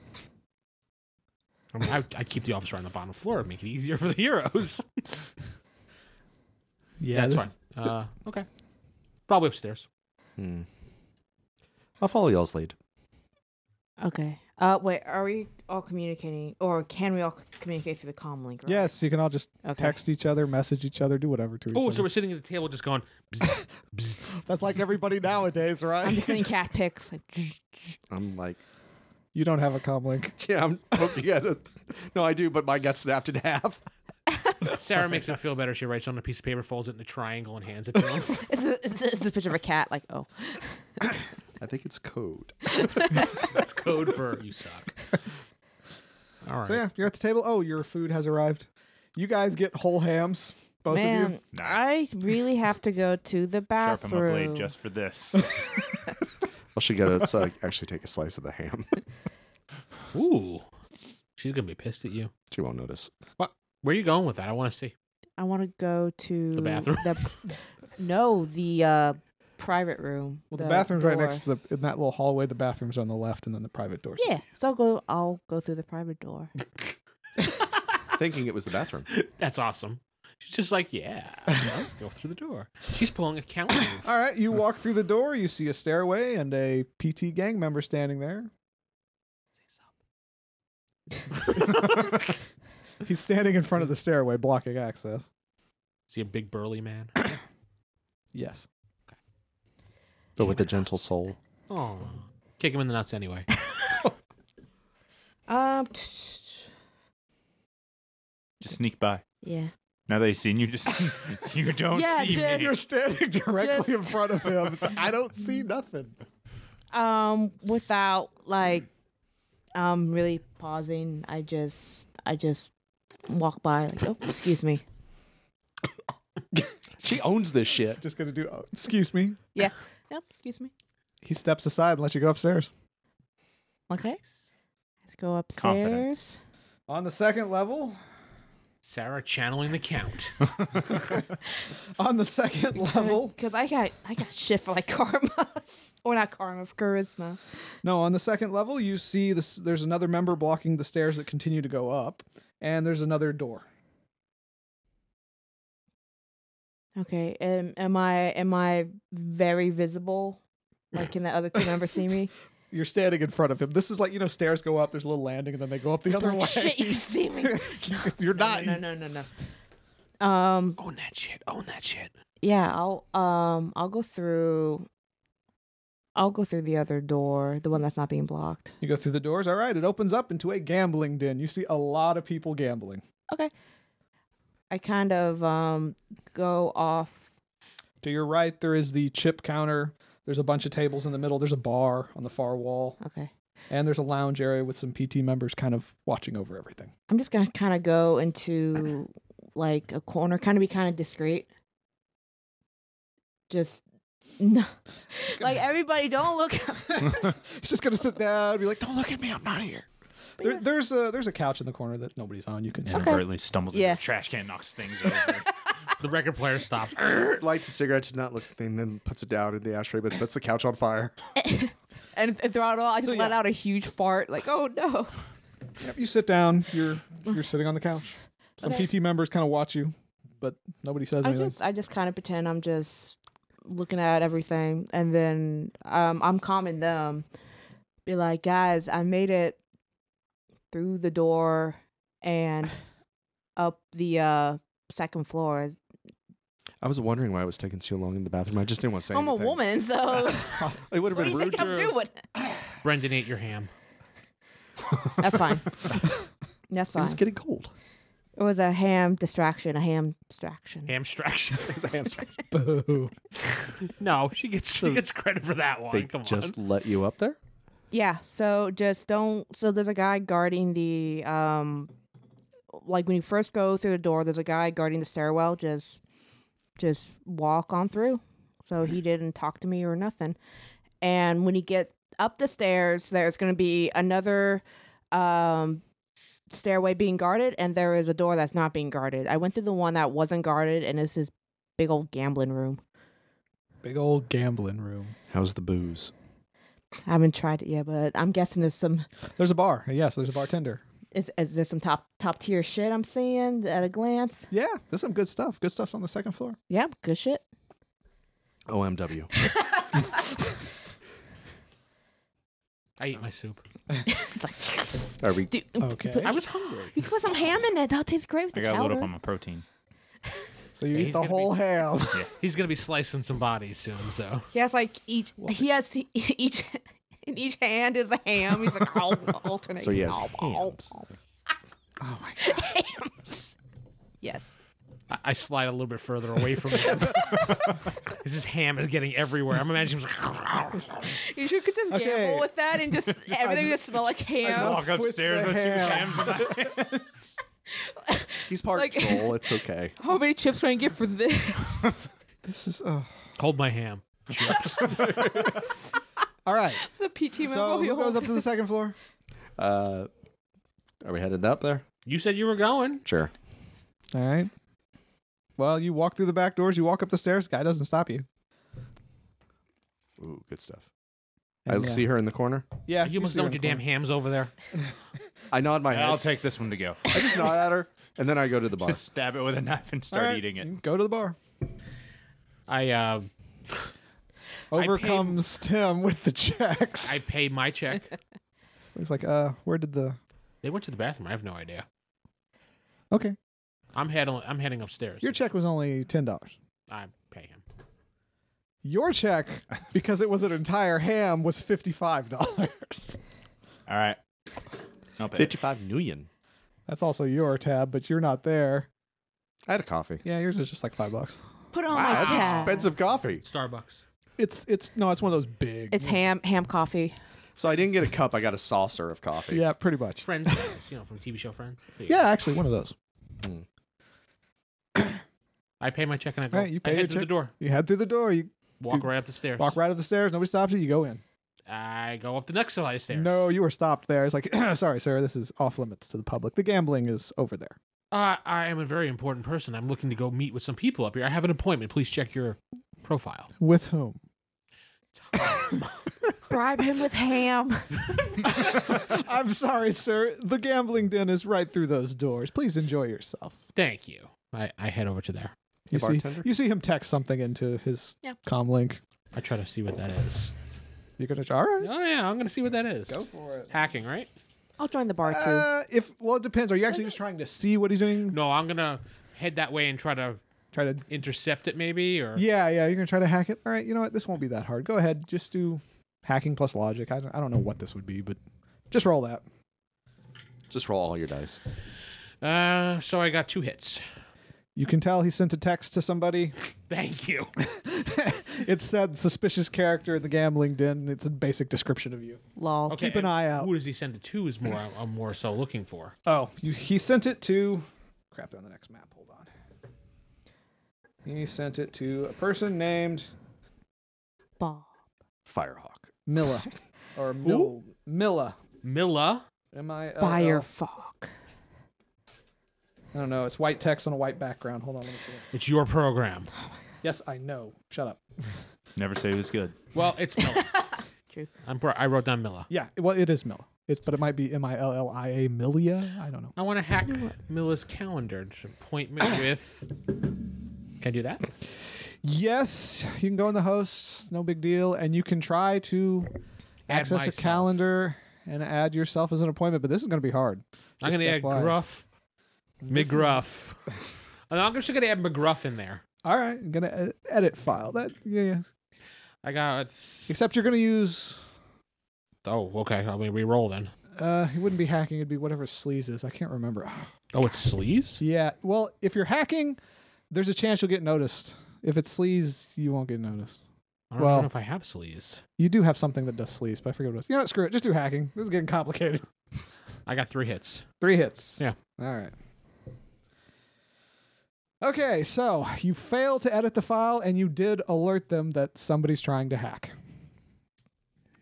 Speaker 2: I, mean, I, I keep the officer on the bottom floor, make it easier for the heroes.
Speaker 1: Yeah,
Speaker 2: that's fine. Uh, okay. Probably upstairs.
Speaker 5: Hmm. I'll follow y'all's lead.
Speaker 4: Okay. Uh, wait. Are we all communicating, or can we all c- communicate through the comm link? right?
Speaker 1: Yes, you can all just
Speaker 4: Okay.
Speaker 1: text each other, message each other, do whatever to each
Speaker 2: Oh,
Speaker 1: other.
Speaker 2: so we're sitting at the table just going, bzz, bzz.
Speaker 1: That's like everybody nowadays,
Speaker 4: I'm
Speaker 1: right?
Speaker 4: just sending cat pics. Like,
Speaker 5: I'm like,
Speaker 1: you don't have a comm link.
Speaker 5: yeah, I'm hoping at a... No, I do, but mine got snapped in half.
Speaker 2: Sarah makes it feel better. She writes on a piece of paper, folds it in a triangle, and hands it to him.
Speaker 4: it's, a, it's, a, it's a picture of a cat. Like, oh,
Speaker 5: I think it's code.
Speaker 2: That's code for you suck. All right.
Speaker 1: So yeah, you're at the table. Oh, your food has arrived. You guys get whole hams, both of you.
Speaker 4: man, I
Speaker 3: Nice.
Speaker 4: really have to go to the
Speaker 3: Sharpen my
Speaker 4: bathroom.
Speaker 3: blade just for this.
Speaker 5: Well, she got to uh, actually take a slice of the ham.
Speaker 2: Ooh. She's gonna be pissed at you.
Speaker 5: she won't notice.
Speaker 2: Where are you going with that? I want to see.
Speaker 4: I want to go to
Speaker 2: The bathroom.
Speaker 4: the- no, the uh, private room.
Speaker 1: Well, the, bathroom's right
Speaker 4: door.
Speaker 1: next to the in that little hallway. The bathroom's on the left, and then the private doors.
Speaker 4: Yeah, so I'll go. I'll go through the private door.
Speaker 5: Thinking it was the bathroom.
Speaker 2: That's awesome. She's just like, yeah, I'll go through the door. She's pulling a count move.
Speaker 1: All right, you walk through the door. You see a stairway and a PT gang member standing there. He's standing in front of the stairway, blocking access.
Speaker 2: See a big burly man.
Speaker 1: Yes.
Speaker 5: But with a gentle soul.
Speaker 2: Oh, kick him in the nuts anyway.
Speaker 4: Um, tsh-
Speaker 3: just sneak by.
Speaker 4: yeah.
Speaker 3: Now they've seen you, just you don't
Speaker 4: Yeah,
Speaker 3: see
Speaker 4: just-
Speaker 3: me.
Speaker 1: You're standing directly
Speaker 4: Just-
Speaker 1: in front of him. so I don't see nothing.
Speaker 4: Um, without like, um, really pausing, I just, I just walk by. Like, oh, excuse me.
Speaker 5: She owns this shit.
Speaker 1: Just gonna do. Oh, excuse me.
Speaker 4: Yeah. Yep. Excuse me.
Speaker 1: He steps aside and lets you go upstairs.
Speaker 4: Okay. Let's go upstairs.
Speaker 3: Confidence.
Speaker 1: On the second level,
Speaker 2: Sarah channeling the count.
Speaker 1: on the second level,
Speaker 4: Because I got I got shit for like karma, or not karma, for charisma.
Speaker 1: No, on the second level, you see this. There's another member blocking the stairs that continue to go up, and there's another door.
Speaker 4: Okay, am, am I am I very visible? Like, can the other two members see me?
Speaker 1: You're standing in front of him. This is like you know, stairs go up. There's a little landing, and then they go up the other
Speaker 4: like,
Speaker 1: way.
Speaker 4: Oh, shit, you can see me.
Speaker 1: You're
Speaker 4: No,
Speaker 1: not.
Speaker 4: No, no, no, no, no. Um,
Speaker 2: Own that shit. Own that shit.
Speaker 4: yeah, I'll um I'll go through. I'll go through the other door, the one that's not being blocked.
Speaker 1: You go through the doors. All right, it opens up into a gambling den. You see a lot of people gambling.
Speaker 4: I kind of um go off.
Speaker 1: To your right, there is the chip counter. There's a bunch of tables in the middle. There's a bar on the far wall,
Speaker 4: Okay,
Speaker 1: and there's a lounge area with some PT members kind of watching over everything.
Speaker 4: I'm just gonna kind of go into like a corner, kind of be kind of discreet. Just no, like everybody, don't look.
Speaker 1: He's just gonna sit down, and be like, "Don't look at me. I'm not here." There, there's a there's a couch in the corner that nobody's on. You can sit
Speaker 3: Inadvertently stumbles
Speaker 4: Yeah.
Speaker 3: into a trash can, knocks things over.
Speaker 2: The record player stops.
Speaker 5: Lights a cigarette to not look at the thing, then puts it down in the ashtray, but sets the couch on fire.
Speaker 4: and, and throughout it all, I just
Speaker 1: So,
Speaker 4: let
Speaker 1: yeah.
Speaker 4: out a huge fart. Like, oh no.
Speaker 1: Yep, you sit down. You're you're sitting on the couch. Some
Speaker 4: Okay.
Speaker 1: PT members kind of watch you, but nobody says
Speaker 4: I
Speaker 1: anything.
Speaker 4: just I just kind of pretend I'm just looking at everything, and then um, I'm calming them. Be like, guys, I made it through the door and up the uh, second floor.
Speaker 5: I was wondering why I was taking so long in the bathroom. I just didn't want to say
Speaker 4: I'm a
Speaker 5: anything.
Speaker 4: woman, so
Speaker 5: It would have
Speaker 4: what do
Speaker 5: been
Speaker 4: you
Speaker 5: rude.
Speaker 4: think I'm
Speaker 2: Drew.
Speaker 4: doing?
Speaker 2: Brendan ate your ham.
Speaker 4: That's fine. That's
Speaker 5: It
Speaker 4: fine.
Speaker 5: was getting cold.
Speaker 4: It was a ham distraction, a ham distraction.
Speaker 2: Hamstraction.
Speaker 5: It was a hamstring.
Speaker 1: Boo.
Speaker 2: no, she gets she gets credit for that one.
Speaker 5: they
Speaker 2: Come on.
Speaker 5: just let you up there?
Speaker 4: Yeah, so just don't so there's a guy guarding the um like when you first go through the door, there's a guy guarding the stairwell, just just walk on through. So he didn't talk to me or nothing. And when you get up the stairs, there's going to be another um stairway being guarded and there is a door that's not being guarded. I went through the one that wasn't guarded and it's this big old gambling room.
Speaker 1: Big old gambling room.
Speaker 5: How's the booze?
Speaker 4: I haven't tried it yet, but I'm guessing there's some
Speaker 1: There's a bar. Yes, there's a bartender.
Speaker 4: Is is there some top top tier shit I'm seeing at a glance?
Speaker 1: Yeah, there's some good stuff. Good stuff's on the second floor.
Speaker 4: Yep, good shit.
Speaker 5: OMW.
Speaker 2: I ate my soup.
Speaker 5: Are we?
Speaker 4: Dude,
Speaker 1: Okay.
Speaker 2: I was hungry.
Speaker 4: you can put some ham in it. That'll taste great with
Speaker 3: I
Speaker 4: the
Speaker 3: got load up
Speaker 4: chowder.
Speaker 3: on my protein.
Speaker 1: So you
Speaker 2: Yeah,
Speaker 1: eat
Speaker 2: he's
Speaker 1: the
Speaker 2: gonna be-
Speaker 1: whole ham.
Speaker 2: He's gonna be slicing some bodies soon, so
Speaker 4: He has like each. He has the- each. In each hand is a ham. He's like all alternate.
Speaker 5: So he has
Speaker 4: all- all-
Speaker 5: hams.
Speaker 4: all-
Speaker 1: Oh my god.
Speaker 4: hams. Yes.
Speaker 2: I, I slide a little bit further away from him. His just ham is getting everywhere. I'm imagining him just like,
Speaker 4: You should- could just
Speaker 1: Okay.
Speaker 4: gamble with that and just everything
Speaker 1: I-
Speaker 4: just smell like ham.
Speaker 1: Walk upstairs with the ham.
Speaker 5: He's part
Speaker 4: Like-
Speaker 5: troll. It's okay.
Speaker 4: How many chips can I get for this?
Speaker 1: This is uh,
Speaker 2: hold my ham. Chips.
Speaker 1: all right.
Speaker 4: the PT member.
Speaker 1: So who goes up to the second floor?
Speaker 5: Uh, are we headed up there?
Speaker 2: You said you were going.
Speaker 5: Sure.
Speaker 1: All right. Well, you walk through the back doors. You walk up the stairs. Guy doesn't stop you.
Speaker 5: Ooh, good stuff. I
Speaker 1: And, uh, yeah.
Speaker 5: see her in the corner.
Speaker 1: Yeah,
Speaker 2: You must
Speaker 1: see
Speaker 2: know
Speaker 1: her
Speaker 2: what your
Speaker 1: in
Speaker 2: damn
Speaker 1: the
Speaker 2: ham's over there.
Speaker 5: I nod my
Speaker 3: I'll
Speaker 5: head.
Speaker 3: take this one to go.
Speaker 5: I just nod at her, and then I go to the bar.
Speaker 3: Just stab it with a knife and
Speaker 1: corner.
Speaker 3: start
Speaker 1: All right,
Speaker 3: eating it.
Speaker 1: you can Go to the bar.
Speaker 2: I uh,
Speaker 1: Over comes Tim with the checks.
Speaker 2: I pay my check.
Speaker 1: He's like, uh, where did the?
Speaker 2: They went to the bathroom. I have no idea.
Speaker 1: Okay,
Speaker 2: I'm heading. I'm heading upstairs.
Speaker 1: your check was only ten dollars.
Speaker 2: I pay him.
Speaker 1: Your check, because it was an entire ham, was fifty-five dollars.
Speaker 3: All right. Not bad.
Speaker 5: Fifty-five million.
Speaker 1: That's also your tab, but you're not there.
Speaker 5: I had a coffee.
Speaker 1: Yeah, yours is just like five bucks.
Speaker 4: Put it on
Speaker 5: Wow,
Speaker 4: my
Speaker 5: that's
Speaker 4: tab.
Speaker 5: expensive coffee.
Speaker 2: Starbucks.
Speaker 1: It's it's no, it's one of those big.
Speaker 4: It's ham, ham coffee.
Speaker 5: So I didn't get a cup. I got a saucer of coffee.
Speaker 1: yeah, pretty much.
Speaker 2: Friends, you know, from TV show Friends. There you go.
Speaker 1: Yeah, actually, one of those.
Speaker 5: Mm.
Speaker 2: I pay my check and I go.
Speaker 1: All right, you pay
Speaker 2: I
Speaker 1: your
Speaker 2: head through
Speaker 1: check.
Speaker 2: the door.
Speaker 1: You head through the door. You
Speaker 2: Walk
Speaker 1: Dude,
Speaker 2: right up the stairs.
Speaker 1: walk right up the stairs. Nobody stops you. You go in.
Speaker 2: I go up the next flight of stairs.
Speaker 1: No, you were stopped there. It's like, sorry, sir, this is off limits to the public. The gambling is over there.
Speaker 2: Uh, I am a very important person. I'm looking to go meet with some people up here. I have an appointment. Please check your profile.
Speaker 1: With whom?
Speaker 4: Bribe him with ham.
Speaker 1: I'm sorry, sir. The gambling den is right through those doors. Please enjoy yourself.
Speaker 2: Thank you. I, I head over to there.
Speaker 1: You
Speaker 5: Hey,
Speaker 1: see,
Speaker 5: bartender?
Speaker 1: you see him text something into his
Speaker 4: Yeah.
Speaker 1: comlink.
Speaker 2: I try to see what that is.
Speaker 1: You're gonna all right.
Speaker 2: Oh yeah, I'm gonna see what that is.
Speaker 1: for it.
Speaker 2: Hacking, right?
Speaker 4: I'll join the bar too.
Speaker 1: Uh, if well, it depends. Are you actually just trying to see what he's doing?
Speaker 2: No, I'm gonna head that way and try to
Speaker 1: Try to.
Speaker 2: intercept it, maybe. Or
Speaker 1: Yeah, yeah. You're gonna try to hack it. All right. You know what? This won't be that hard. Go ahead. Just do hacking plus logic. I don't, I don't know what this would be, but just roll that.
Speaker 5: Just roll all your dice.
Speaker 2: uh, so I got two hits.
Speaker 1: You can tell he sent a text to somebody.
Speaker 2: Thank you.
Speaker 1: it said suspicious character in the gambling den. It's a basic description of you.
Speaker 4: Lol.
Speaker 2: Okay,
Speaker 1: Keep an
Speaker 2: and
Speaker 1: eye out.
Speaker 2: Who does he send it to? Is more I'm- I'm more so looking for.
Speaker 1: Oh, you, he sent it to. Crap, they're on the next map. Hold on. He sent it to a person named
Speaker 4: Ball.
Speaker 5: Firehawk.
Speaker 1: Milla, or Mil, Milla.
Speaker 2: Milla.
Speaker 1: Am I?
Speaker 3: Uh,
Speaker 4: Fire fog.
Speaker 1: I don't know. It's white text on a white background. Hold on. Let me see it.
Speaker 2: It's your program.
Speaker 1: Yes, I know. Shut up.
Speaker 3: Never say it was good.
Speaker 2: Well, it's Milla.
Speaker 4: True.
Speaker 2: I'm, pro- I wrote down Milla.
Speaker 1: Yeah. Well, it is Milla. It, but it might be M I L L I A Millia. I don't know.
Speaker 2: I want to hack Milla's calendar to appointment with. Can I do that?
Speaker 1: Yes, you can go in the hosts, no big deal, and you can try to
Speaker 2: Add
Speaker 1: access
Speaker 2: myself.
Speaker 1: a calendar and add yourself as an appointment. But this is going to be hard. Just
Speaker 2: I'm gonna add
Speaker 1: FYI.
Speaker 2: Gruff, McGruff. And I'm just gonna add McGruff in there.
Speaker 1: All right, I'm gonna uh, edit file. That yeah, yeah.
Speaker 2: I got.
Speaker 1: Except you're gonna use.
Speaker 2: Oh, okay. I'll be re-roll then.
Speaker 1: Uh, it wouldn't be hacking. It'd be whatever sleaze is. I can't remember. Ah,
Speaker 2: Oh, it's sleaze.
Speaker 1: yeah. Well, if you're hacking, there's a chance you'll get noticed. If it's sleaze, you won't get noticed.
Speaker 2: I don't
Speaker 1: Well-
Speaker 2: know if I have sleaze.
Speaker 1: You do have something that does sleaze, but I forget what it was. You know, what, screw it. Just do hacking. This is getting complicated.
Speaker 2: I got three hits.
Speaker 1: Three hits.
Speaker 2: Yeah.
Speaker 1: All right. Okay, so you fail to edit the file and you did alert them that somebody's trying to hack.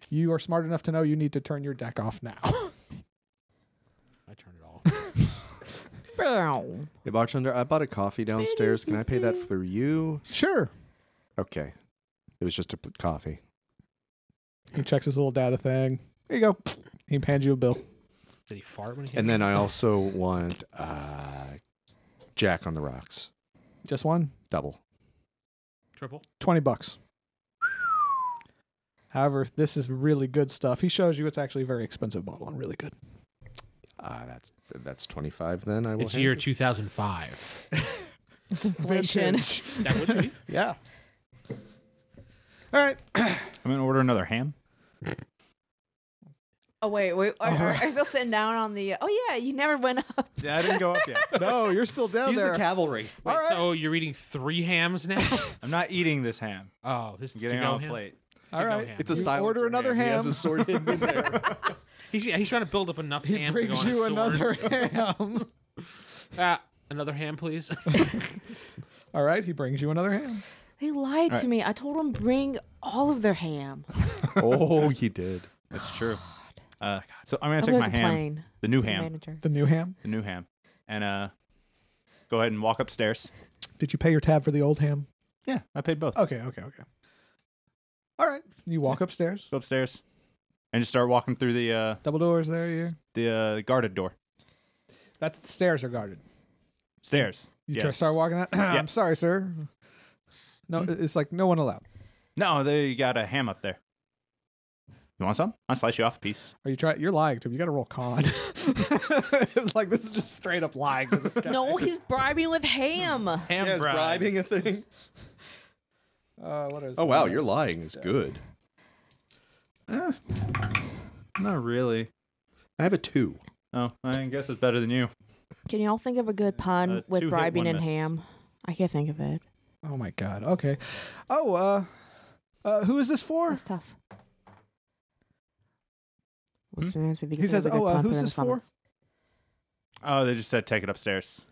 Speaker 1: You are smart enough to know you need to turn your deck off now.
Speaker 2: I turned it off.
Speaker 4: Brow.
Speaker 5: Hey, bartender, I bought a coffee downstairs. Can I pay that for you?
Speaker 1: sure.
Speaker 5: Okay. It was just a p- coffee.
Speaker 1: He checks his little data thing. There you go. He hands you a bill.
Speaker 2: Did he fart when he hit
Speaker 5: And
Speaker 2: me?
Speaker 5: then I also want uh, Jack on the Rocks.
Speaker 1: Just one?
Speaker 5: Double.
Speaker 2: triple.
Speaker 1: 20 bucks. However, this is really good stuff. He shows you it's actually a very expensive bottle and really good.
Speaker 5: Uh, that's that's 25 then. I will
Speaker 2: It's
Speaker 5: hand
Speaker 2: year
Speaker 5: it.
Speaker 2: 2005.
Speaker 4: It's inflation.
Speaker 2: That would be.
Speaker 5: Yeah.
Speaker 1: All right.
Speaker 3: I'm gonna order another ham.
Speaker 4: oh wait, wait. Are,
Speaker 1: All
Speaker 4: are,
Speaker 1: right.
Speaker 4: are you still sitting down on the? Oh yeah, you never went up.
Speaker 3: Yeah, I didn't go up yet.
Speaker 1: No, you're still down
Speaker 5: Use
Speaker 1: there.
Speaker 5: the cavalry.
Speaker 1: All right.
Speaker 2: So you're eating three hams now?
Speaker 3: I'm not eating this ham.
Speaker 2: oh, this
Speaker 3: I'm
Speaker 2: is
Speaker 3: getting it
Speaker 2: to-go
Speaker 3: on a
Speaker 2: ham?
Speaker 3: plate.
Speaker 1: All
Speaker 2: To-go
Speaker 1: right.
Speaker 2: ham.
Speaker 5: It's a
Speaker 1: You
Speaker 5: silencer
Speaker 1: order another
Speaker 5: He has
Speaker 1: ham.
Speaker 5: a sword hidden in there.
Speaker 2: He's, he's trying to build up enough
Speaker 1: He
Speaker 2: ham to go
Speaker 1: brings
Speaker 2: on
Speaker 1: you
Speaker 2: a sword.
Speaker 1: another ham.
Speaker 2: Ah, another ham, please.
Speaker 1: All right, he brings you another ham.
Speaker 4: They lied to
Speaker 3: right.
Speaker 4: me. I told them bring all of their ham.
Speaker 5: oh, you did.
Speaker 3: That's true. Uh, so I'm gonna
Speaker 4: I'm
Speaker 3: take
Speaker 4: gonna
Speaker 3: my ham,
Speaker 4: complain.
Speaker 3: the new
Speaker 4: to the
Speaker 3: ham,
Speaker 4: Manager.
Speaker 1: The new ham.
Speaker 3: the new ham, and uh, go ahead and walk upstairs.
Speaker 1: Did you pay your tab for the old ham?
Speaker 3: Yeah, I paid both.
Speaker 1: Okay, okay, okay. All right, you walk upstairs.
Speaker 3: Go upstairs, and just start walking through the uh,
Speaker 1: Double doors there. You.
Speaker 3: the uh, guarded door
Speaker 1: That's the stairs are guarded.
Speaker 3: stairs.
Speaker 1: You try
Speaker 3: yes.
Speaker 1: start walking that. I'm sorry, sir. No, it's like no one allowed.
Speaker 3: No, they got a ham up there. You want some? I'll slice you off a piece.
Speaker 1: Are you trying? You're lying to him. You got to roll con. it's like this is just straight up lying to this guy.
Speaker 4: No, he's bribing with ham.
Speaker 3: Ham
Speaker 5: Yeah, is
Speaker 3: bribes.
Speaker 5: bribing a thing?
Speaker 1: Uh, what is
Speaker 5: Oh, wow. You're
Speaker 1: this?
Speaker 5: lying. It's good.
Speaker 3: Not really.
Speaker 5: I have a two.
Speaker 3: Oh, I guess it's better than you.
Speaker 4: Can y'all think of a good pun
Speaker 3: Uh,
Speaker 4: with
Speaker 3: two hit,
Speaker 4: bribing
Speaker 3: one
Speaker 4: and
Speaker 3: miss.
Speaker 4: ham? I can't think of it.
Speaker 1: Oh my god. Okay. Oh, uh, uh who is this for?
Speaker 4: That's tough.
Speaker 3: Hmm?
Speaker 4: Listeners, if you can
Speaker 1: He
Speaker 4: think of
Speaker 1: says,
Speaker 4: a good
Speaker 1: "Oh, uh,
Speaker 4: pun, put
Speaker 1: who's
Speaker 4: it in the
Speaker 1: this for?"
Speaker 4: comments.
Speaker 3: Oh, they just said take it upstairs.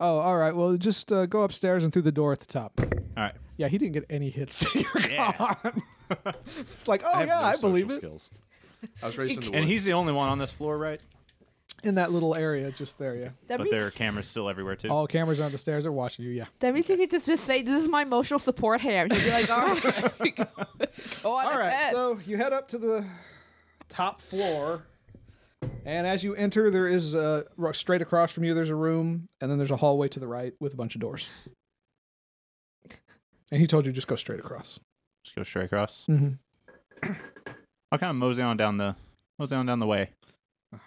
Speaker 1: Oh, all right. Well, just uh, go upstairs and through the door at the top.
Speaker 3: All right.
Speaker 1: Yeah, he didn't get any hits. to your
Speaker 3: Yeah.
Speaker 1: con. it's like, oh
Speaker 5: have
Speaker 1: yeah,
Speaker 5: no
Speaker 1: I
Speaker 5: social
Speaker 1: believe it.
Speaker 5: Skills. I was raised in the
Speaker 3: And
Speaker 5: woods.
Speaker 3: he's the only one on this floor, right?
Speaker 1: In that little area, just there. Yeah.
Speaker 4: That
Speaker 3: But there are
Speaker 4: means,
Speaker 3: cameras still everywhere too.
Speaker 1: All cameras on the stairs are watching you. Yeah.
Speaker 4: that means you could just, just say, this is my emotional support ham. You'd be like, all right. go on
Speaker 1: All right.
Speaker 4: ahead."
Speaker 1: So you head up to the top floor, and as you enter, there is uh, ro- straight across from you. There's a room, and then there's a hallway to the right with a bunch of doors. And he told you just go straight across.
Speaker 3: Just go straight across.
Speaker 1: Mm-hmm.
Speaker 3: I'll kind of mosey on down the mosey on down the way.
Speaker 1: Of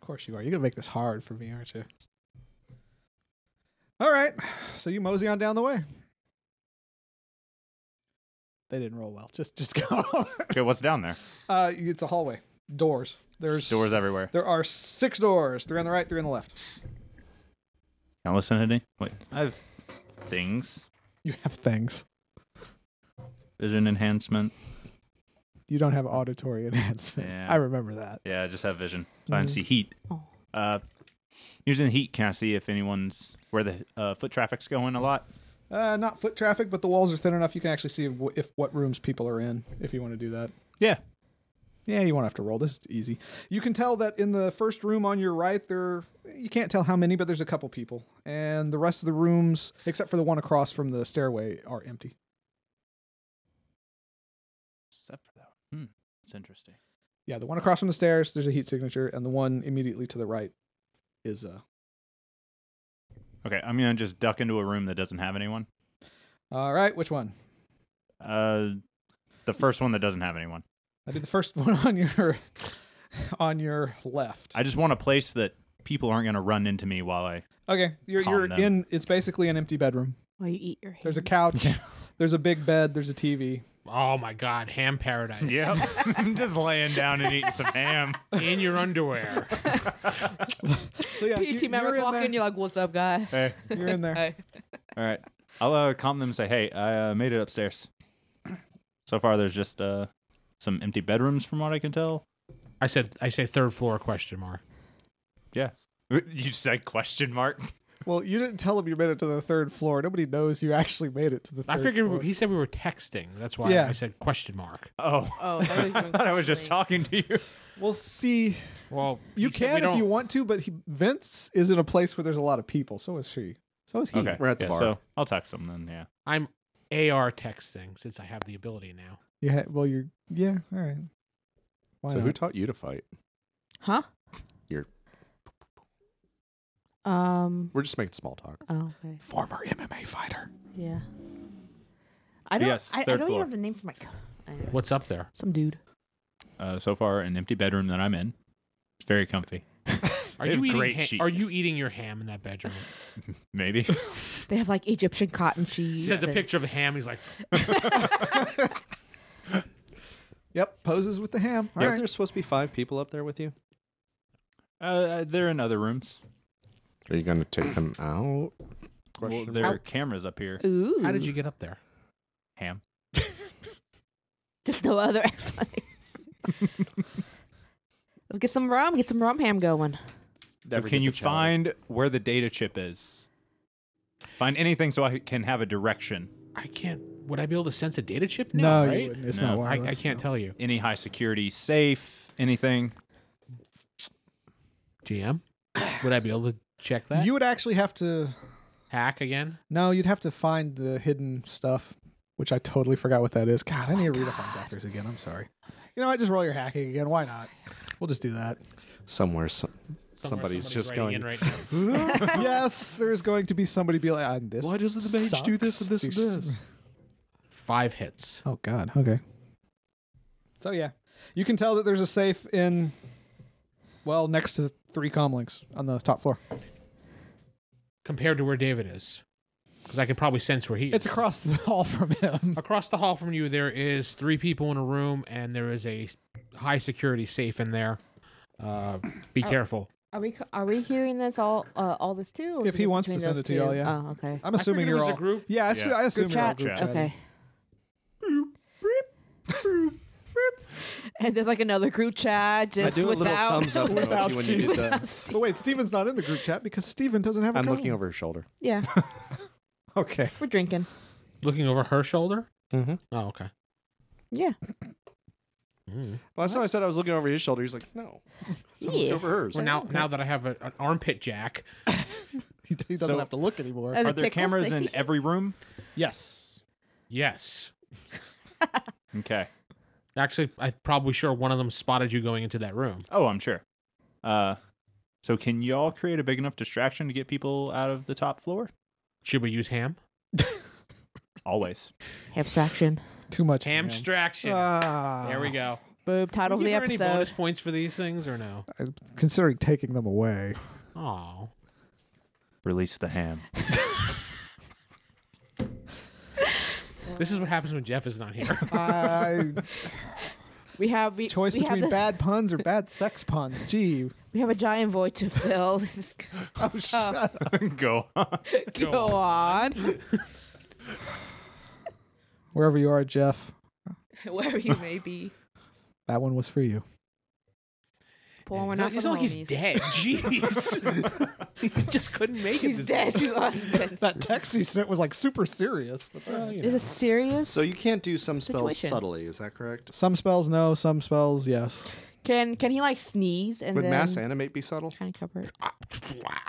Speaker 1: course you are. You're gonna make this hard for me, aren't you? All right. So you mosey on down the way. They didn't roll well. Just just go.
Speaker 3: Okay, what's down there?
Speaker 1: uh, it's a hallway. Doors. There's
Speaker 3: There's doors everywhere.
Speaker 1: There are six doors. Three on the right, three on the left.
Speaker 3: Now listen to me. Wait, I have things.
Speaker 1: You have things.
Speaker 3: Vision enhancement.
Speaker 1: You don't have auditory enhancement.
Speaker 3: Yeah.
Speaker 1: I remember that.
Speaker 3: Yeah, I just have vision. So I can
Speaker 1: Mhm.
Speaker 3: see heat.
Speaker 4: Oh.
Speaker 3: Uh, using heat, can I see if anyone's where the uh, foot traffic's going a lot?
Speaker 1: Uh, not foot traffic, but the walls are thin enough you can actually see if, if what rooms people are in if you want to do that.
Speaker 3: Yeah.
Speaker 1: Yeah, you won't have to roll. This is easy. You can tell that in the first room on your right, there you can't tell how many, but there's a couple people, and the rest of the rooms, except for the one across from the stairway, are empty.
Speaker 3: Except for that. one. Hmm. It's interesting.
Speaker 1: Yeah, the one across from the stairs, there's a heat signature, and the one immediately to the right is uh.
Speaker 3: Okay, I'm gonna just duck into a room that doesn't have anyone.
Speaker 1: All right, which one?
Speaker 3: Uh, the first one that doesn't have anyone.
Speaker 1: I did the first one on your on your left.
Speaker 3: I just want a place that people aren't gonna run into me while I.
Speaker 1: okay, you're
Speaker 3: Calm
Speaker 1: you're
Speaker 3: them.
Speaker 1: in. It's basically an empty bedroom.
Speaker 4: While you eat your
Speaker 1: There's a
Speaker 4: hand.
Speaker 1: couch. There's a big bed. There's a TV.
Speaker 2: Oh my God, ham paradise.
Speaker 3: Yep. I'm just laying down and eating some ham.
Speaker 2: In your underwear.
Speaker 1: So yeah, you,
Speaker 4: PT members
Speaker 1: you're
Speaker 4: walk in,
Speaker 1: in
Speaker 4: you're like, "What's up, guys?"
Speaker 3: Hey.
Speaker 1: there. You're in there.
Speaker 4: Hey.
Speaker 3: All right. I'll uh, calm them and say, hey, I uh, made it upstairs. So far, there's just uh, some empty bedrooms from what I can tell.
Speaker 2: I said, I say third floor question mark.
Speaker 3: You said question mark.
Speaker 1: Well, you didn't tell him you made it to the third floor. Nobody knows you actually made it to the. Third
Speaker 2: I figured
Speaker 1: floor.
Speaker 2: he said we were texting. That's why
Speaker 1: Yeah.
Speaker 2: I said question mark.
Speaker 3: Oh.
Speaker 4: Oh, I thought he was
Speaker 3: I
Speaker 4: doing
Speaker 3: thought I was just
Speaker 4: something.
Speaker 3: talking to you.
Speaker 1: We'll see.
Speaker 2: Well,
Speaker 1: You
Speaker 2: he said we
Speaker 1: can if
Speaker 2: don't-
Speaker 1: you want to, but he, Vince is in a place where there's a lot of people. So is she. So is he.
Speaker 3: Okay.
Speaker 5: We're at the
Speaker 3: yeah,
Speaker 5: bar.
Speaker 3: So I'll text them then, yeah.
Speaker 2: I'm AR texting since I have the ability now.
Speaker 1: Yeah. Well, you're. Yeah. All right. Why
Speaker 5: So
Speaker 1: not?
Speaker 5: who taught you to fight?
Speaker 4: Huh?
Speaker 5: You're-
Speaker 4: Um.
Speaker 5: We're just making small talk.
Speaker 4: Oh, okay.
Speaker 1: Former MMA fighter.
Speaker 4: Yeah. I don't.
Speaker 3: Yes,
Speaker 4: I, I
Speaker 3: third
Speaker 4: don't
Speaker 3: floor.
Speaker 4: even have the name for my. Co- anyway.
Speaker 2: What's up there?
Speaker 4: Some dude.
Speaker 3: Uh, so far, an empty bedroom that I'm in. It's very comfy.
Speaker 2: Are
Speaker 3: They
Speaker 2: you
Speaker 3: have
Speaker 2: eating?
Speaker 3: great
Speaker 2: ha-
Speaker 3: sheets.
Speaker 2: are you eating your ham in that bedroom?
Speaker 3: Maybe.
Speaker 4: They have like Egyptian cotton cheese.
Speaker 2: He sends a
Speaker 4: and-
Speaker 2: picture of ham. He's like,
Speaker 1: Yep. Poses with the ham. All
Speaker 5: Aren't
Speaker 1: right.
Speaker 5: there supposed to be five people up there with you?
Speaker 3: uh, they're in other rooms.
Speaker 5: Are you going to take them out?
Speaker 3: Well,
Speaker 5: Question
Speaker 3: there
Speaker 5: mark.
Speaker 3: are cameras up here.
Speaker 4: Ooh.
Speaker 2: "How did you get up there?"
Speaker 3: Ham.
Speaker 4: Just no other explanation. Let's get some rum. Get some rum ham going.
Speaker 5: Never
Speaker 3: so
Speaker 5: get
Speaker 3: can you
Speaker 5: the challenge.
Speaker 3: find where the data chip is? Find anything so I can have a direction.
Speaker 2: I can't. Would I be able to sense a data chip?
Speaker 1: No,
Speaker 2: No,
Speaker 1: you
Speaker 2: right?
Speaker 1: wouldn't. It's
Speaker 3: No,
Speaker 1: not
Speaker 3: I-
Speaker 1: wireless.
Speaker 2: I, I can't
Speaker 1: no.
Speaker 2: tell you.
Speaker 3: Any high security safe, anything.
Speaker 2: GM, would I be able to check that?
Speaker 1: You would actually have to.
Speaker 2: hack again?
Speaker 1: No, you'd have to find the hidden stuff, which I totally forgot what that is. God, I need to read up on Doctors again. I'm sorry. You know what? Just roll your hacking again. Why not? We'll just do that.
Speaker 5: somewhere? Some,
Speaker 2: Somewhere
Speaker 5: somebody's, just
Speaker 2: writing
Speaker 5: going.
Speaker 2: in right now.
Speaker 1: yes, there's going to be somebody be like, "Ah, this
Speaker 5: Why does the mage do this and
Speaker 1: sucks."
Speaker 5: this and this?
Speaker 2: Five hits.
Speaker 1: Oh God. Okay. So yeah, you can tell that there's a safe in, well, next to the three comlinks on the top floor.
Speaker 2: compared to where David is, because I could probably sense where he is.
Speaker 1: It's across the hall from him.
Speaker 2: across the hall from you. There is three people in a room, and there is a high security safe in there. Uh,
Speaker 4: Oh.
Speaker 2: be careful.
Speaker 4: Are we are we hearing this all uh, all this too? or
Speaker 1: If
Speaker 4: is
Speaker 1: he
Speaker 4: just
Speaker 1: wants to
Speaker 4: between
Speaker 1: send
Speaker 4: those
Speaker 1: it to y'all,
Speaker 4: two?
Speaker 1: yeah.
Speaker 4: Oh, okay.
Speaker 1: I'm assuming
Speaker 2: figured it
Speaker 1: you're
Speaker 2: was
Speaker 1: all
Speaker 2: a group.
Speaker 1: Yeah, I, assu-
Speaker 3: Yeah.
Speaker 1: I assume
Speaker 4: Group
Speaker 1: you're all
Speaker 4: chat.
Speaker 1: group chatting.
Speaker 4: Okay. and there's like another group chat
Speaker 5: I
Speaker 4: just
Speaker 5: do a little
Speaker 4: without
Speaker 5: thumbs up
Speaker 4: without
Speaker 5: emoji when you did
Speaker 4: without
Speaker 5: that.
Speaker 4: Steve.
Speaker 1: But wait, Steven's not in the group chat because Steven doesn't have a
Speaker 5: I'm
Speaker 1: cone.
Speaker 5: looking over her shoulder.
Speaker 4: Yeah,
Speaker 1: Okay.
Speaker 4: we're drinking.
Speaker 2: Looking over her shoulder.
Speaker 5: Mm-hmm. Well,
Speaker 2: Oh, okay.
Speaker 4: Yeah.
Speaker 2: Mm.
Speaker 5: last time I said I was looking over his shoulder, he's like, "No, I'm looking
Speaker 4: Yeah.
Speaker 5: over hers."
Speaker 2: Well, now now that I have a, an armpit jack,
Speaker 1: He, he doesn't
Speaker 3: So-
Speaker 1: have to look anymore.
Speaker 4: As a
Speaker 3: Are there
Speaker 4: tickle
Speaker 3: cameras
Speaker 4: thing.
Speaker 3: in every room?
Speaker 1: yes.
Speaker 2: yes.
Speaker 3: Okay.
Speaker 2: Actually, I'm probably sure one of them spotted you going into that room.
Speaker 3: Oh, I'm sure. Uh, so can y'all create a big enough distraction to get people out of the top floor?
Speaker 2: Should we use ham?
Speaker 3: Always.
Speaker 4: abstraction?
Speaker 1: Too much.
Speaker 2: Hamstraction.
Speaker 1: Ah.
Speaker 2: there we go.
Speaker 4: Boob title of
Speaker 2: We
Speaker 4: the
Speaker 2: give her Any bonus
Speaker 4: episode.
Speaker 2: points for these things or no?
Speaker 1: I'm considering taking them away.
Speaker 2: Oh,
Speaker 3: Release the ham.
Speaker 2: this is what happens when Jeff is not here.
Speaker 1: I
Speaker 4: We have we,
Speaker 1: choice
Speaker 4: we
Speaker 1: between
Speaker 4: have the,
Speaker 1: bad puns or bad sex puns. Gee.
Speaker 4: we have a giant void to fill. This is
Speaker 1: Oh,
Speaker 4: tough.
Speaker 3: Go.
Speaker 4: Go, on.
Speaker 1: Wherever you are, Jeff,
Speaker 4: Wherever you may be.
Speaker 1: that one was for you.
Speaker 4: Poor one
Speaker 2: It's not-
Speaker 4: out for
Speaker 2: it's
Speaker 4: the
Speaker 2: not like
Speaker 4: homies.
Speaker 2: he's dead. Jeez, he just couldn't make it.
Speaker 4: He's
Speaker 2: this
Speaker 4: dead
Speaker 2: week.
Speaker 4: to us, Vince.
Speaker 1: That text he sent was like super serious.
Speaker 2: Well, you
Speaker 4: Is
Speaker 2: know.
Speaker 4: this serious?
Speaker 5: So you can't do some spells
Speaker 4: Situation.
Speaker 5: subtly, is that correct?
Speaker 1: Some spells, no. Some spells, yes.
Speaker 4: can can he like sneeze and
Speaker 5: Would
Speaker 4: then
Speaker 5: mass animate be subtle?
Speaker 4: kind of cover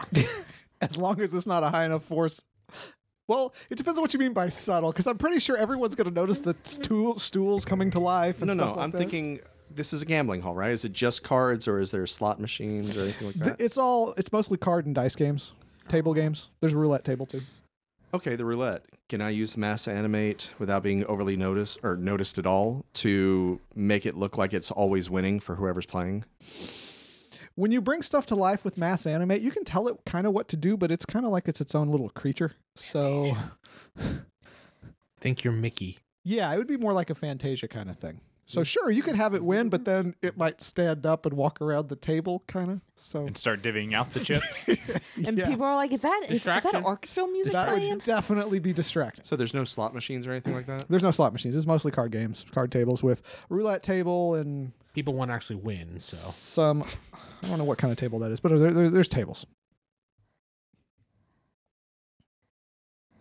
Speaker 4: it?
Speaker 1: As long as it's not a high enough force. Well, it depends on what you mean by subtle, because I'm pretty sure everyone's going to notice the stool, stools coming to life. And
Speaker 5: No,
Speaker 1: stuff
Speaker 5: no.
Speaker 1: like
Speaker 5: I'm
Speaker 1: that.
Speaker 5: thinking this is a gambling hall, right? Is it just cards, or is there slot machines or anything like
Speaker 1: Th-
Speaker 5: that?
Speaker 1: it's all. It's mostly card and dice games, table games. There's a roulette table too.
Speaker 5: Okay, the roulette. Can I use mass animate without being overly noticed or noticed at all to make it look like it's always winning for whoever's playing?
Speaker 1: when you bring stuff to life with mass animate, you can tell it kind of what to do, but it's kind of like it's its own little creature. So
Speaker 2: Think you're Mickey.
Speaker 1: yeah, it would be more like a Fantasia kind of thing.
Speaker 4: Mm.
Speaker 1: So sure, you could have it win, but then it might stand up and walk around the table, kind of. So
Speaker 3: and start divvying out the chips.
Speaker 4: And
Speaker 1: yeah,
Speaker 4: people are like, "Is that is, is that
Speaker 2: Distraction.
Speaker 4: orchestral music
Speaker 1: that
Speaker 4: playing?"
Speaker 1: would definitely be distracting.
Speaker 5: So there's no slot machines or anything like that.
Speaker 1: There's no slot machines. It's mostly card games, card tables with roulette table and
Speaker 2: People won't actually win, so
Speaker 1: some. I don't know what kind of table that is, but there, there, there's tables.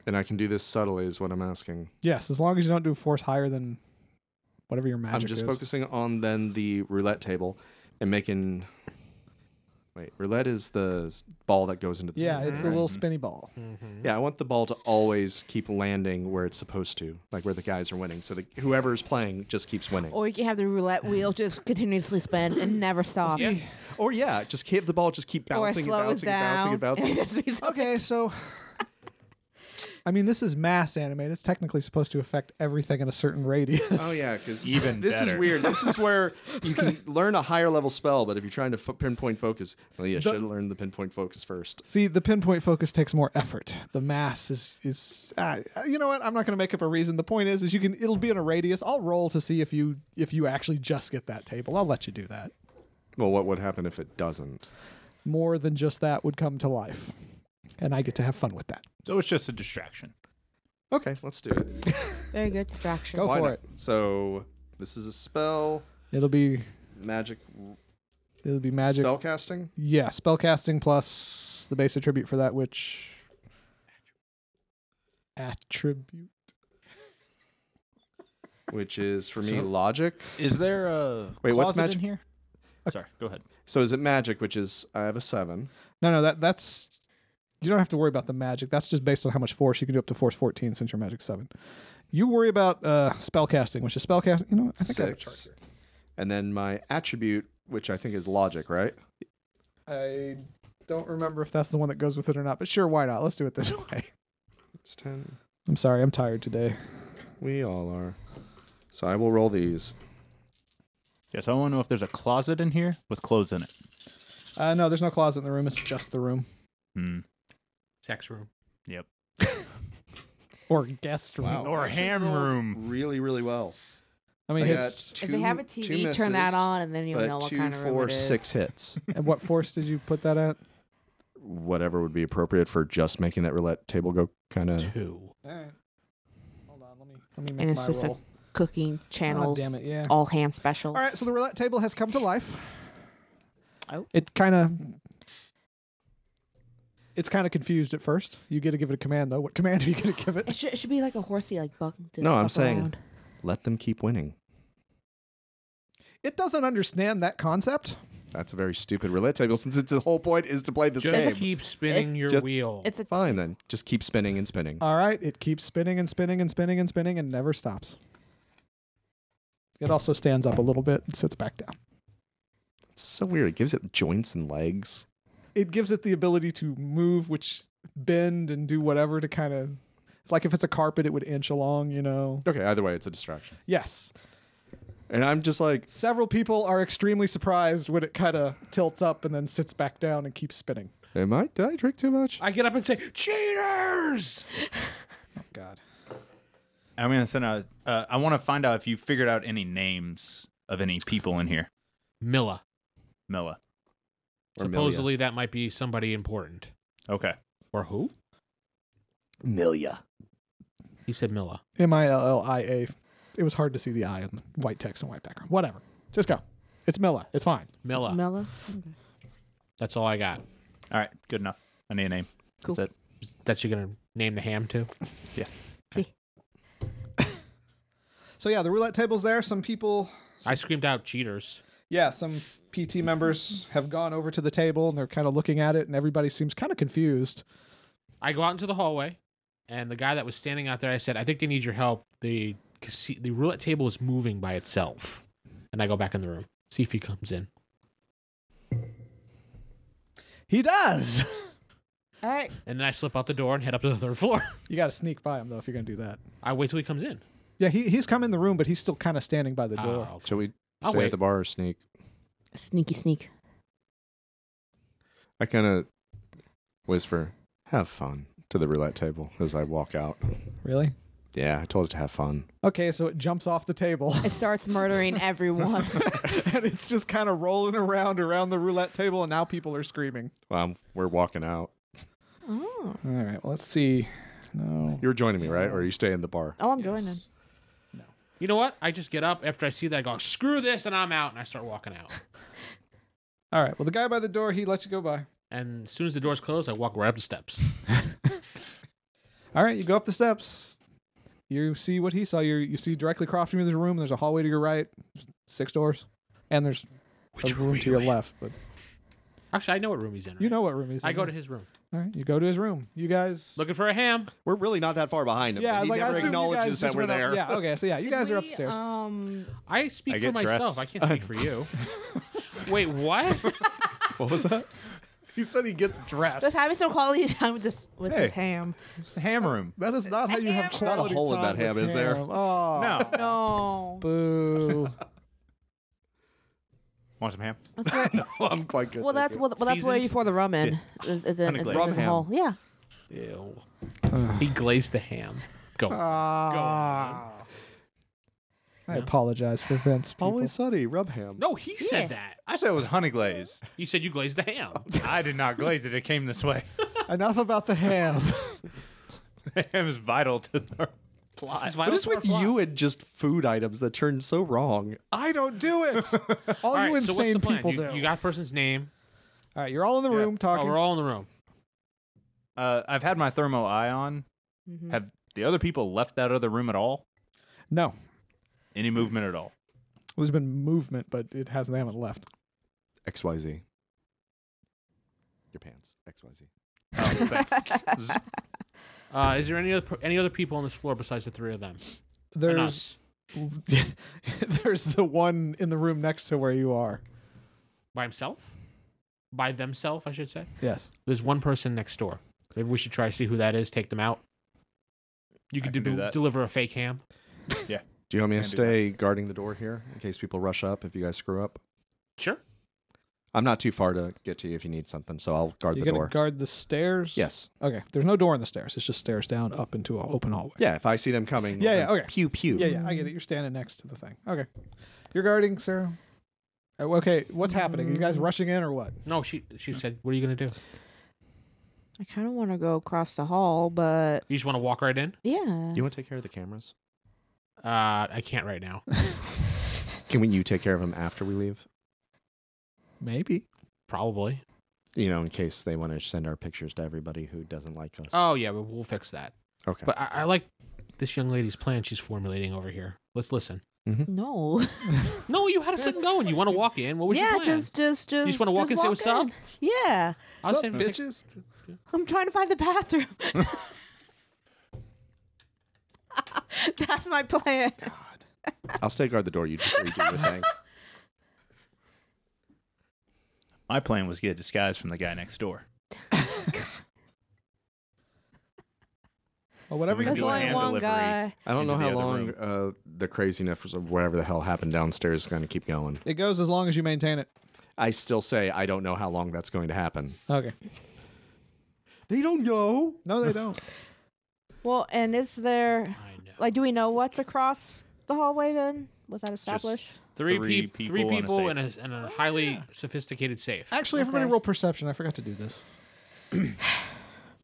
Speaker 5: And I can do this subtly is what I'm asking.
Speaker 1: Yes, as long as you don't do force higher than whatever your magic
Speaker 5: I'm just
Speaker 1: is.
Speaker 5: focusing on then the roulette table and making. Wait, roulette is the s- ball that goes into the.
Speaker 1: yeah,
Speaker 5: center,
Speaker 1: it's the
Speaker 5: right?
Speaker 1: little spinny ball.
Speaker 5: Yeah, I want the ball to always keep landing where it's supposed to, like where the guys are winning. So that whoever is playing just keeps winning.
Speaker 4: or you can have the roulette wheel just continuously spin and never stops,
Speaker 5: Or yeah, just have the ball just keep
Speaker 4: or it
Speaker 5: bouncing, and
Speaker 4: slows
Speaker 5: bouncing, and bouncing,
Speaker 4: down.
Speaker 5: and bouncing.
Speaker 4: Just be so-
Speaker 1: Okay, so. I mean, this is mass animate. It's technically supposed to affect everything in a certain radius.
Speaker 5: Oh yeah, because
Speaker 3: Even
Speaker 5: this is
Speaker 3: better.
Speaker 5: weird. This is where you can learn a higher level spell, but if you're trying to fo- pinpoint focus, well, yeah,
Speaker 1: The-
Speaker 5: should learn the pinpoint focus first.
Speaker 1: See, the pinpoint focus takes more effort. The mass is is ah, you know what? I'm not going to make up a reason. The point is, is you can it'll be in a radius. I'll roll to see if you if you actually just get that table. I'll let you do that.
Speaker 5: Well, what would happen if it doesn't?
Speaker 1: More than just that would come to life, and I get to have fun with that.
Speaker 3: so it's just a distraction.
Speaker 5: Okay, let's do it.
Speaker 4: Very good distraction.
Speaker 1: Go
Speaker 5: Why
Speaker 1: for
Speaker 5: not?
Speaker 1: it.
Speaker 5: So this is a spell,
Speaker 1: It'll be
Speaker 5: magic,
Speaker 1: it'll be magic.
Speaker 5: spell casting.
Speaker 1: Yeah, spellcasting plus the base attribute for that, which attribute.
Speaker 5: Which is for me
Speaker 3: So-
Speaker 5: logic.
Speaker 3: Is there a
Speaker 5: Wait, what's
Speaker 3: closet
Speaker 5: magic-
Speaker 3: in here? Sorry, go ahead.
Speaker 5: So is it magic? Which is I have a seven.
Speaker 1: No, no, that that's you don't have to worry about the magic. That's just based on how much force you can do up to force fourteen since you're magic seven. You worry about uh, spell casting, which is spell casting. You know what? I think I have a chart
Speaker 5: six, and then my attribute, which I think is logic, right?
Speaker 1: here. I don't remember if that's the one that goes with it or not, but sure, why not? Let's do it this way.
Speaker 5: It's ten.
Speaker 1: I'm sorry, I'm tired today.
Speaker 5: We all are. So I will roll these.
Speaker 3: Yeah, so I want to know if there's a closet in here with clothes in it.
Speaker 1: Uh, no, there's no closet in the room. It's just the room
Speaker 3: Hmm.
Speaker 2: sex room.
Speaker 1: or guest room.
Speaker 5: Wow.
Speaker 3: Or
Speaker 5: I actually
Speaker 3: ham
Speaker 5: rolled
Speaker 3: room.
Speaker 5: Really, really well.
Speaker 1: I mean,
Speaker 5: I
Speaker 1: his,
Speaker 5: got
Speaker 4: if they have a
Speaker 5: two-
Speaker 4: TV,
Speaker 5: two
Speaker 4: turn that
Speaker 5: misses,
Speaker 4: on, and then you'll
Speaker 5: but
Speaker 4: know what
Speaker 5: two,
Speaker 4: kind of room
Speaker 5: four,
Speaker 4: it is.
Speaker 5: six hits.
Speaker 1: and what force did you put that at?
Speaker 5: Whatever would be appropriate for just making that roulette table go kind of.
Speaker 2: Two.
Speaker 1: All right. Hold on, let me let me make
Speaker 4: And it's
Speaker 1: my
Speaker 4: just
Speaker 1: roll.
Speaker 4: a cooking
Speaker 1: Oh,
Speaker 4: channels,
Speaker 1: damn it, yeah.
Speaker 4: all ham specials.
Speaker 1: All right, so the roulette table has come to life.
Speaker 4: Oh.
Speaker 1: It kind of It's kind of confused at first. You get to give it a command though. What command are you going to give
Speaker 4: It
Speaker 1: it?
Speaker 4: should, it should be like a horsey, like buck. just
Speaker 5: No, I'm
Speaker 4: buck
Speaker 5: saying-
Speaker 4: around.
Speaker 5: Let them keep winning.
Speaker 1: It doesn't understand that concept.
Speaker 5: That's a very stupid roulette table since it's the whole point is to play this
Speaker 2: Just
Speaker 5: game.
Speaker 2: keep spinning your
Speaker 5: Just-
Speaker 2: wheel.
Speaker 4: it's a
Speaker 5: Fine then. Just keep spinning and spinning.
Speaker 1: All right, it keeps spinning and spinning and spinning and spinning and never stops. It also stands up a little bit and sits back down.
Speaker 5: It's so weird. It gives it joints and legs.
Speaker 1: It gives it the ability to move, which bend and do whatever to kind of It's like if it's a carpet it would inch along, you know.
Speaker 5: Okay, either way, it's a distraction.
Speaker 1: Yes.
Speaker 5: And I'm just like,
Speaker 1: Several people are extremely surprised when it kind of tilts up and then sits back down and keeps spinning.
Speaker 5: am I? Did I drink too much?
Speaker 2: I get up and say, "Cheaters!"
Speaker 1: Oh, God.
Speaker 3: I'm gonna send out. Uh, I want to find out if you figured out any names of any people in here,
Speaker 2: Milla.
Speaker 3: Mela.
Speaker 5: Or
Speaker 2: Supposedly that might be somebody important.
Speaker 3: Okay.
Speaker 2: Or who?
Speaker 5: Milia.
Speaker 2: He said Milla.
Speaker 1: M I L L I A. It was hard to see the I in the white text and white background. Whatever. Just go. It's Mila. It's fine.
Speaker 2: Milla.
Speaker 4: mellow.
Speaker 2: That's all I got.
Speaker 3: All right. Good enough. I need a name.
Speaker 4: Cool.
Speaker 3: That's it.
Speaker 2: That you're gonna name the ham too?
Speaker 1: So yeah, the roulette table's there. Some people,
Speaker 2: I screamed out cheaters.
Speaker 1: yeah, some PT members have gone over to the table and they're kind of looking at it, and everybody seems kind of confused.
Speaker 2: I go out into the hallway, and the guy that was standing out there, I said, "I think they need your help. The casi- the roulette table is moving by itself." And I go back in the room, see if he comes in.
Speaker 1: He does.
Speaker 4: All right.
Speaker 2: And then I slip out the door and head up to the third floor.
Speaker 1: You got to sneak by him though if you're gonna do that.
Speaker 2: I wait till he comes in.
Speaker 1: Yeah, he, he's come in the room, but he's still Oh. kind of standing by the door.
Speaker 2: Ah, okay.
Speaker 5: Shall we
Speaker 2: I'll
Speaker 5: stay
Speaker 2: wait.
Speaker 5: at the bar or sneak?
Speaker 4: Sneaky sneak.
Speaker 5: I kind of whisper, "Have fun." To the roulette table as I walk out.
Speaker 1: Really?
Speaker 5: Yeah, I told it to have fun.
Speaker 1: Okay, so it jumps off the table
Speaker 4: It starts murdering everyone.
Speaker 1: and it's just kind of rolling around around the roulette table, and now people are screaming.
Speaker 5: Um, we're walking out.
Speaker 4: oh.
Speaker 1: All right, well, let's see. No.
Speaker 5: You're joining me, right? Or you stay in the bar?
Speaker 4: oh, I'm joining.
Speaker 2: You know what? I just get up after I see that. I go, screw this, and I'm out, and I start walking out.
Speaker 1: All right, well, the guy by the door, he lets you go by.
Speaker 2: And as soon as the door's closed, I walk right up the steps.
Speaker 1: All right, you go up the steps. You see what he saw. You you see directly across from you. There's a room. There's a hallway to your right, six doors, and there's
Speaker 2: Which
Speaker 1: a room
Speaker 2: are
Speaker 1: to your
Speaker 2: you in?
Speaker 1: left. But
Speaker 2: Actually, I know what room he's in.
Speaker 1: you
Speaker 2: right?
Speaker 1: know what room he's.
Speaker 2: I
Speaker 1: in.
Speaker 2: go to his room
Speaker 1: All right, you go to his room. You guys.
Speaker 2: looking for a ham.
Speaker 5: We're really not that far behind him.
Speaker 1: yeah, I
Speaker 5: but
Speaker 1: was
Speaker 5: he
Speaker 1: like, I
Speaker 5: never
Speaker 1: assume you guys
Speaker 5: acknowledges that
Speaker 1: just
Speaker 5: we're
Speaker 1: went up-
Speaker 5: there.
Speaker 1: Yeah. Okay. So yeah, you guys are
Speaker 4: We,
Speaker 1: upstairs.
Speaker 4: Um,
Speaker 2: I speak
Speaker 3: I
Speaker 2: for
Speaker 3: get
Speaker 2: myself.
Speaker 3: dressed.
Speaker 2: I can't speak for you. Wait, what?
Speaker 5: What was that? he said he gets dressed.
Speaker 4: just having some quality time with this with this
Speaker 3: Hey.
Speaker 4: ham.
Speaker 3: Ham room.
Speaker 1: that is not how you have
Speaker 5: not a
Speaker 1: quality
Speaker 5: hole in
Speaker 1: time
Speaker 5: that ham,
Speaker 1: with
Speaker 5: is there?
Speaker 1: ham. Oh
Speaker 3: No.
Speaker 4: No.
Speaker 1: boo.
Speaker 3: Want some ham?
Speaker 4: That's where-
Speaker 5: Oh, I'm quite good.
Speaker 4: well, that's well, that's where you
Speaker 2: Seasoned?
Speaker 4: pour the rum in. Is, is in,
Speaker 3: Kinda
Speaker 4: is in
Speaker 3: glazed.
Speaker 4: the
Speaker 5: Rum
Speaker 4: hole. Yeah.
Speaker 2: Ew. he glazed the ham. Go.
Speaker 1: Ah. I apologize for Vince. people.
Speaker 5: always sunny. Rub ham.
Speaker 2: no, he said
Speaker 4: Yeah.
Speaker 2: that.
Speaker 3: I said it was honey glazed.
Speaker 2: You said you glazed the ham.
Speaker 3: I did not glaze it. It came this way.
Speaker 1: Enough about the ham.
Speaker 3: ham is vital to the
Speaker 2: This is
Speaker 5: What
Speaker 2: vital
Speaker 5: is
Speaker 2: for our
Speaker 5: with
Speaker 2: plot.
Speaker 5: you and just food items that turn so wrong?
Speaker 1: I don't do it. All,
Speaker 2: All right,
Speaker 1: you
Speaker 2: so
Speaker 1: insane
Speaker 2: what's the plan?
Speaker 1: people
Speaker 2: you,
Speaker 1: do.
Speaker 2: you got a person's name.
Speaker 1: all right, you're all in the
Speaker 3: Yeah.
Speaker 1: room
Speaker 2: Oh,
Speaker 1: talking.
Speaker 2: we're all in the room.
Speaker 3: Uh, I've had my thermo eye on.
Speaker 4: Mhm.
Speaker 3: Have the other people left that other room at all?
Speaker 1: no,
Speaker 3: Any movement at all?
Speaker 1: there's been movement, but it hasn't. They haven't left.
Speaker 5: X Y Z. Your pants. X Y Z.
Speaker 3: Oh, thanks. Z-
Speaker 2: Uh, is there any other any other people on this floor besides the three of them? And
Speaker 1: There's
Speaker 2: us
Speaker 1: there's the one in the room next to where you are.
Speaker 2: by himself, by themself, I should say.
Speaker 1: Yes.
Speaker 2: There's one person next door. Maybe we should try to see who that is. Take them out. You
Speaker 3: I
Speaker 2: could
Speaker 3: can do
Speaker 2: de-
Speaker 3: that.
Speaker 2: deliver a fake ham.
Speaker 5: Do you want me to
Speaker 3: Can do that.
Speaker 5: stay guarding the door here in case people rush up if you guys screw up?
Speaker 2: Sure.
Speaker 5: I'm not too far to get to you if you need something, so I'll guard
Speaker 1: you
Speaker 5: the
Speaker 1: gotta
Speaker 5: door.
Speaker 1: guard the stairs.
Speaker 5: yes.
Speaker 1: Okay. There's no door in the stairs. It's just stairs down up into an open hallway.
Speaker 5: Yeah, if I see them coming.
Speaker 1: Yeah,
Speaker 5: I'll
Speaker 1: yeah,
Speaker 5: go
Speaker 1: okay.
Speaker 5: Pew pew.
Speaker 1: Yeah, yeah. I get it. You're standing next to the thing. Okay. You're guarding, Sarah. Oh, Okay, what's happening? Are you guys rushing in or what?
Speaker 2: No, she she said, "What are you gonna do?
Speaker 4: I kind of want to go across the hall, but
Speaker 2: You just want to walk right in?"
Speaker 4: yeah.
Speaker 5: You want to take care of the cameras?
Speaker 2: Uh, I can't right now.
Speaker 5: Can we, you take care of them after we leave?
Speaker 1: Maybe.
Speaker 2: Probably.
Speaker 5: You know, in case they want to send our pictures to everybody who doesn't like us.
Speaker 1: Uh,
Speaker 2: Oh yeah, but we'll fix that.
Speaker 5: okay.
Speaker 2: But I, I like this young lady's plan she's formulating over here. Let's listen.
Speaker 4: no.
Speaker 2: No, you had something going. You want to walk in? What was
Speaker 4: yeah,
Speaker 2: your plan?
Speaker 4: just just just.
Speaker 2: just wanna walk in and say what's up?
Speaker 4: in. Yeah,
Speaker 2: I was saying,
Speaker 1: bitches?
Speaker 4: I'm trying to find the bathroom. That's my plan.
Speaker 5: I'll stay guard the door. You do you do your thing.
Speaker 3: my plan was get disguised from the guy next door.
Speaker 1: Well, whatever
Speaker 3: We
Speaker 1: you
Speaker 3: can
Speaker 4: There's
Speaker 3: do
Speaker 1: do.
Speaker 3: a
Speaker 4: only
Speaker 3: hand
Speaker 4: one
Speaker 3: delivery.
Speaker 4: guy.
Speaker 5: I don't
Speaker 3: Into
Speaker 5: know
Speaker 3: the
Speaker 5: how
Speaker 3: other
Speaker 5: long uh, the craziness of whatever the hell happened downstairs is going to keep going.
Speaker 1: It goes as long as you maintain it.
Speaker 5: I still say I don't know how long that's going to happen.
Speaker 1: Okay.
Speaker 5: They don't know.
Speaker 1: No, they don't.
Speaker 4: Well, and is there
Speaker 2: I know.
Speaker 4: like do we know what's across the hallway? Then was that
Speaker 3: just-
Speaker 4: established?
Speaker 2: three,
Speaker 3: Three
Speaker 2: peop- three
Speaker 3: people in a
Speaker 2: people in a,
Speaker 3: safe.
Speaker 2: in a highly sophisticated safe.
Speaker 1: Oh, Actually, everybody
Speaker 4: Okay.
Speaker 1: roll perception. I forgot to do this.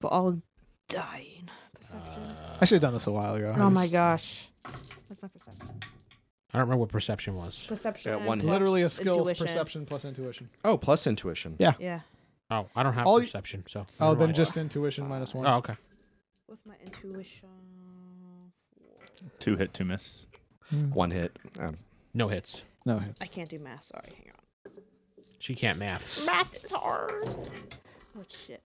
Speaker 4: But all dying. Perception.
Speaker 2: Uh,
Speaker 1: I should have done this a while ago.
Speaker 4: oh
Speaker 1: Uh, I
Speaker 4: my
Speaker 1: just-
Speaker 4: gosh. That's my perception.
Speaker 2: I don't remember what perception was.
Speaker 4: Perception.
Speaker 5: Yeah, one hit.
Speaker 1: Literally a skill
Speaker 4: Intuition.
Speaker 1: perception plus intuition.
Speaker 5: Oh, plus intuition.
Speaker 1: Yeah.
Speaker 4: Yeah.
Speaker 2: Oh, I don't have
Speaker 1: All you-
Speaker 2: perception. So.
Speaker 1: Oh,
Speaker 2: never
Speaker 1: then
Speaker 2: mind.
Speaker 1: just intuition minus one.
Speaker 2: Oh, okay.
Speaker 4: With my intuition.
Speaker 3: Two hit, two miss.
Speaker 5: One hit. Um,
Speaker 2: No hits.
Speaker 1: Hmm. No hits.
Speaker 4: I can't do math. Sorry. Hang on.
Speaker 2: She can't maths.
Speaker 4: Math is hard. Oh shit.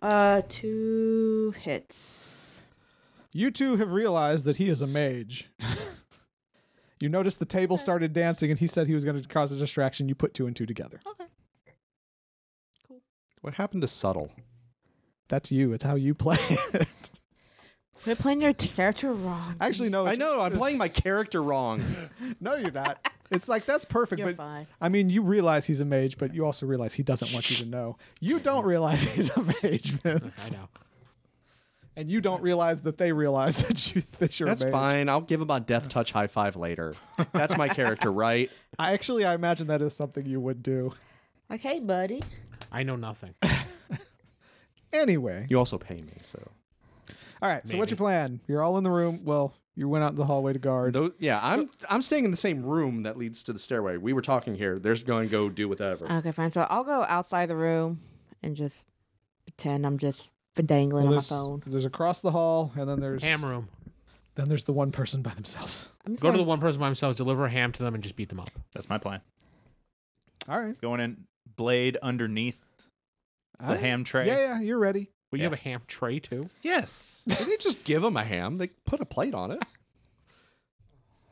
Speaker 4: Uh, two hits.
Speaker 1: You two have realized that he is a mage. you noticed the table started dancing, and he said he was going to cause a distraction. You put two and two together.
Speaker 5: what happened to subtle?
Speaker 1: That's you. It's how you play it.
Speaker 4: We're playing your character wrong.
Speaker 1: Actually, no.
Speaker 5: I
Speaker 1: Oh, it's-
Speaker 5: know. I'm playing my character wrong.
Speaker 1: No, you're not. It's like that's perfect,
Speaker 4: You're
Speaker 1: but
Speaker 4: fine.
Speaker 1: I mean, you realize he's a mage, but you also realize he doesn't want you to know. You don't realize he's a mage,
Speaker 2: I
Speaker 1: Vince,
Speaker 2: know.
Speaker 1: and you don't realize that they realize that you that you're.
Speaker 5: That's
Speaker 1: a mage.
Speaker 5: fine. I'll give him a death touch high five later. That's my character, right?
Speaker 1: I actually, I imagine that is something you would do
Speaker 4: Like, hey, buddy.
Speaker 2: I know nothing.
Speaker 1: anyway.
Speaker 5: You also pay me, so.
Speaker 1: All right. So what's your
Speaker 2: Maybe.
Speaker 1: plan? You're all in the room. Well, you went out in the hallway to guard.
Speaker 5: Though, yeah, I'm I'm staying in the same room that leads to the stairway. We were talking here. There's going to go do whatever.
Speaker 4: Okay, fine. So I'll go outside the room and just pretend I'm just dangling
Speaker 1: Well,
Speaker 4: on my
Speaker 1: there's,
Speaker 4: phone.
Speaker 1: there's across the hall, and then there's
Speaker 2: Ham room.
Speaker 1: then there's the one person by themselves.
Speaker 4: I'm just
Speaker 2: Go to the
Speaker 4: gonna-
Speaker 2: one person by themselves, deliver a ham to them, and just beat them up.
Speaker 3: That's my plan.
Speaker 1: All right.
Speaker 3: Going in blade underneath the
Speaker 1: All right.
Speaker 3: ham tray.
Speaker 1: Yeah, yeah. You're ready.
Speaker 2: Well, you
Speaker 3: Yeah.
Speaker 2: have a ham tray too.
Speaker 3: Yes.
Speaker 5: They didn't just give him a ham. They put a plate on it. What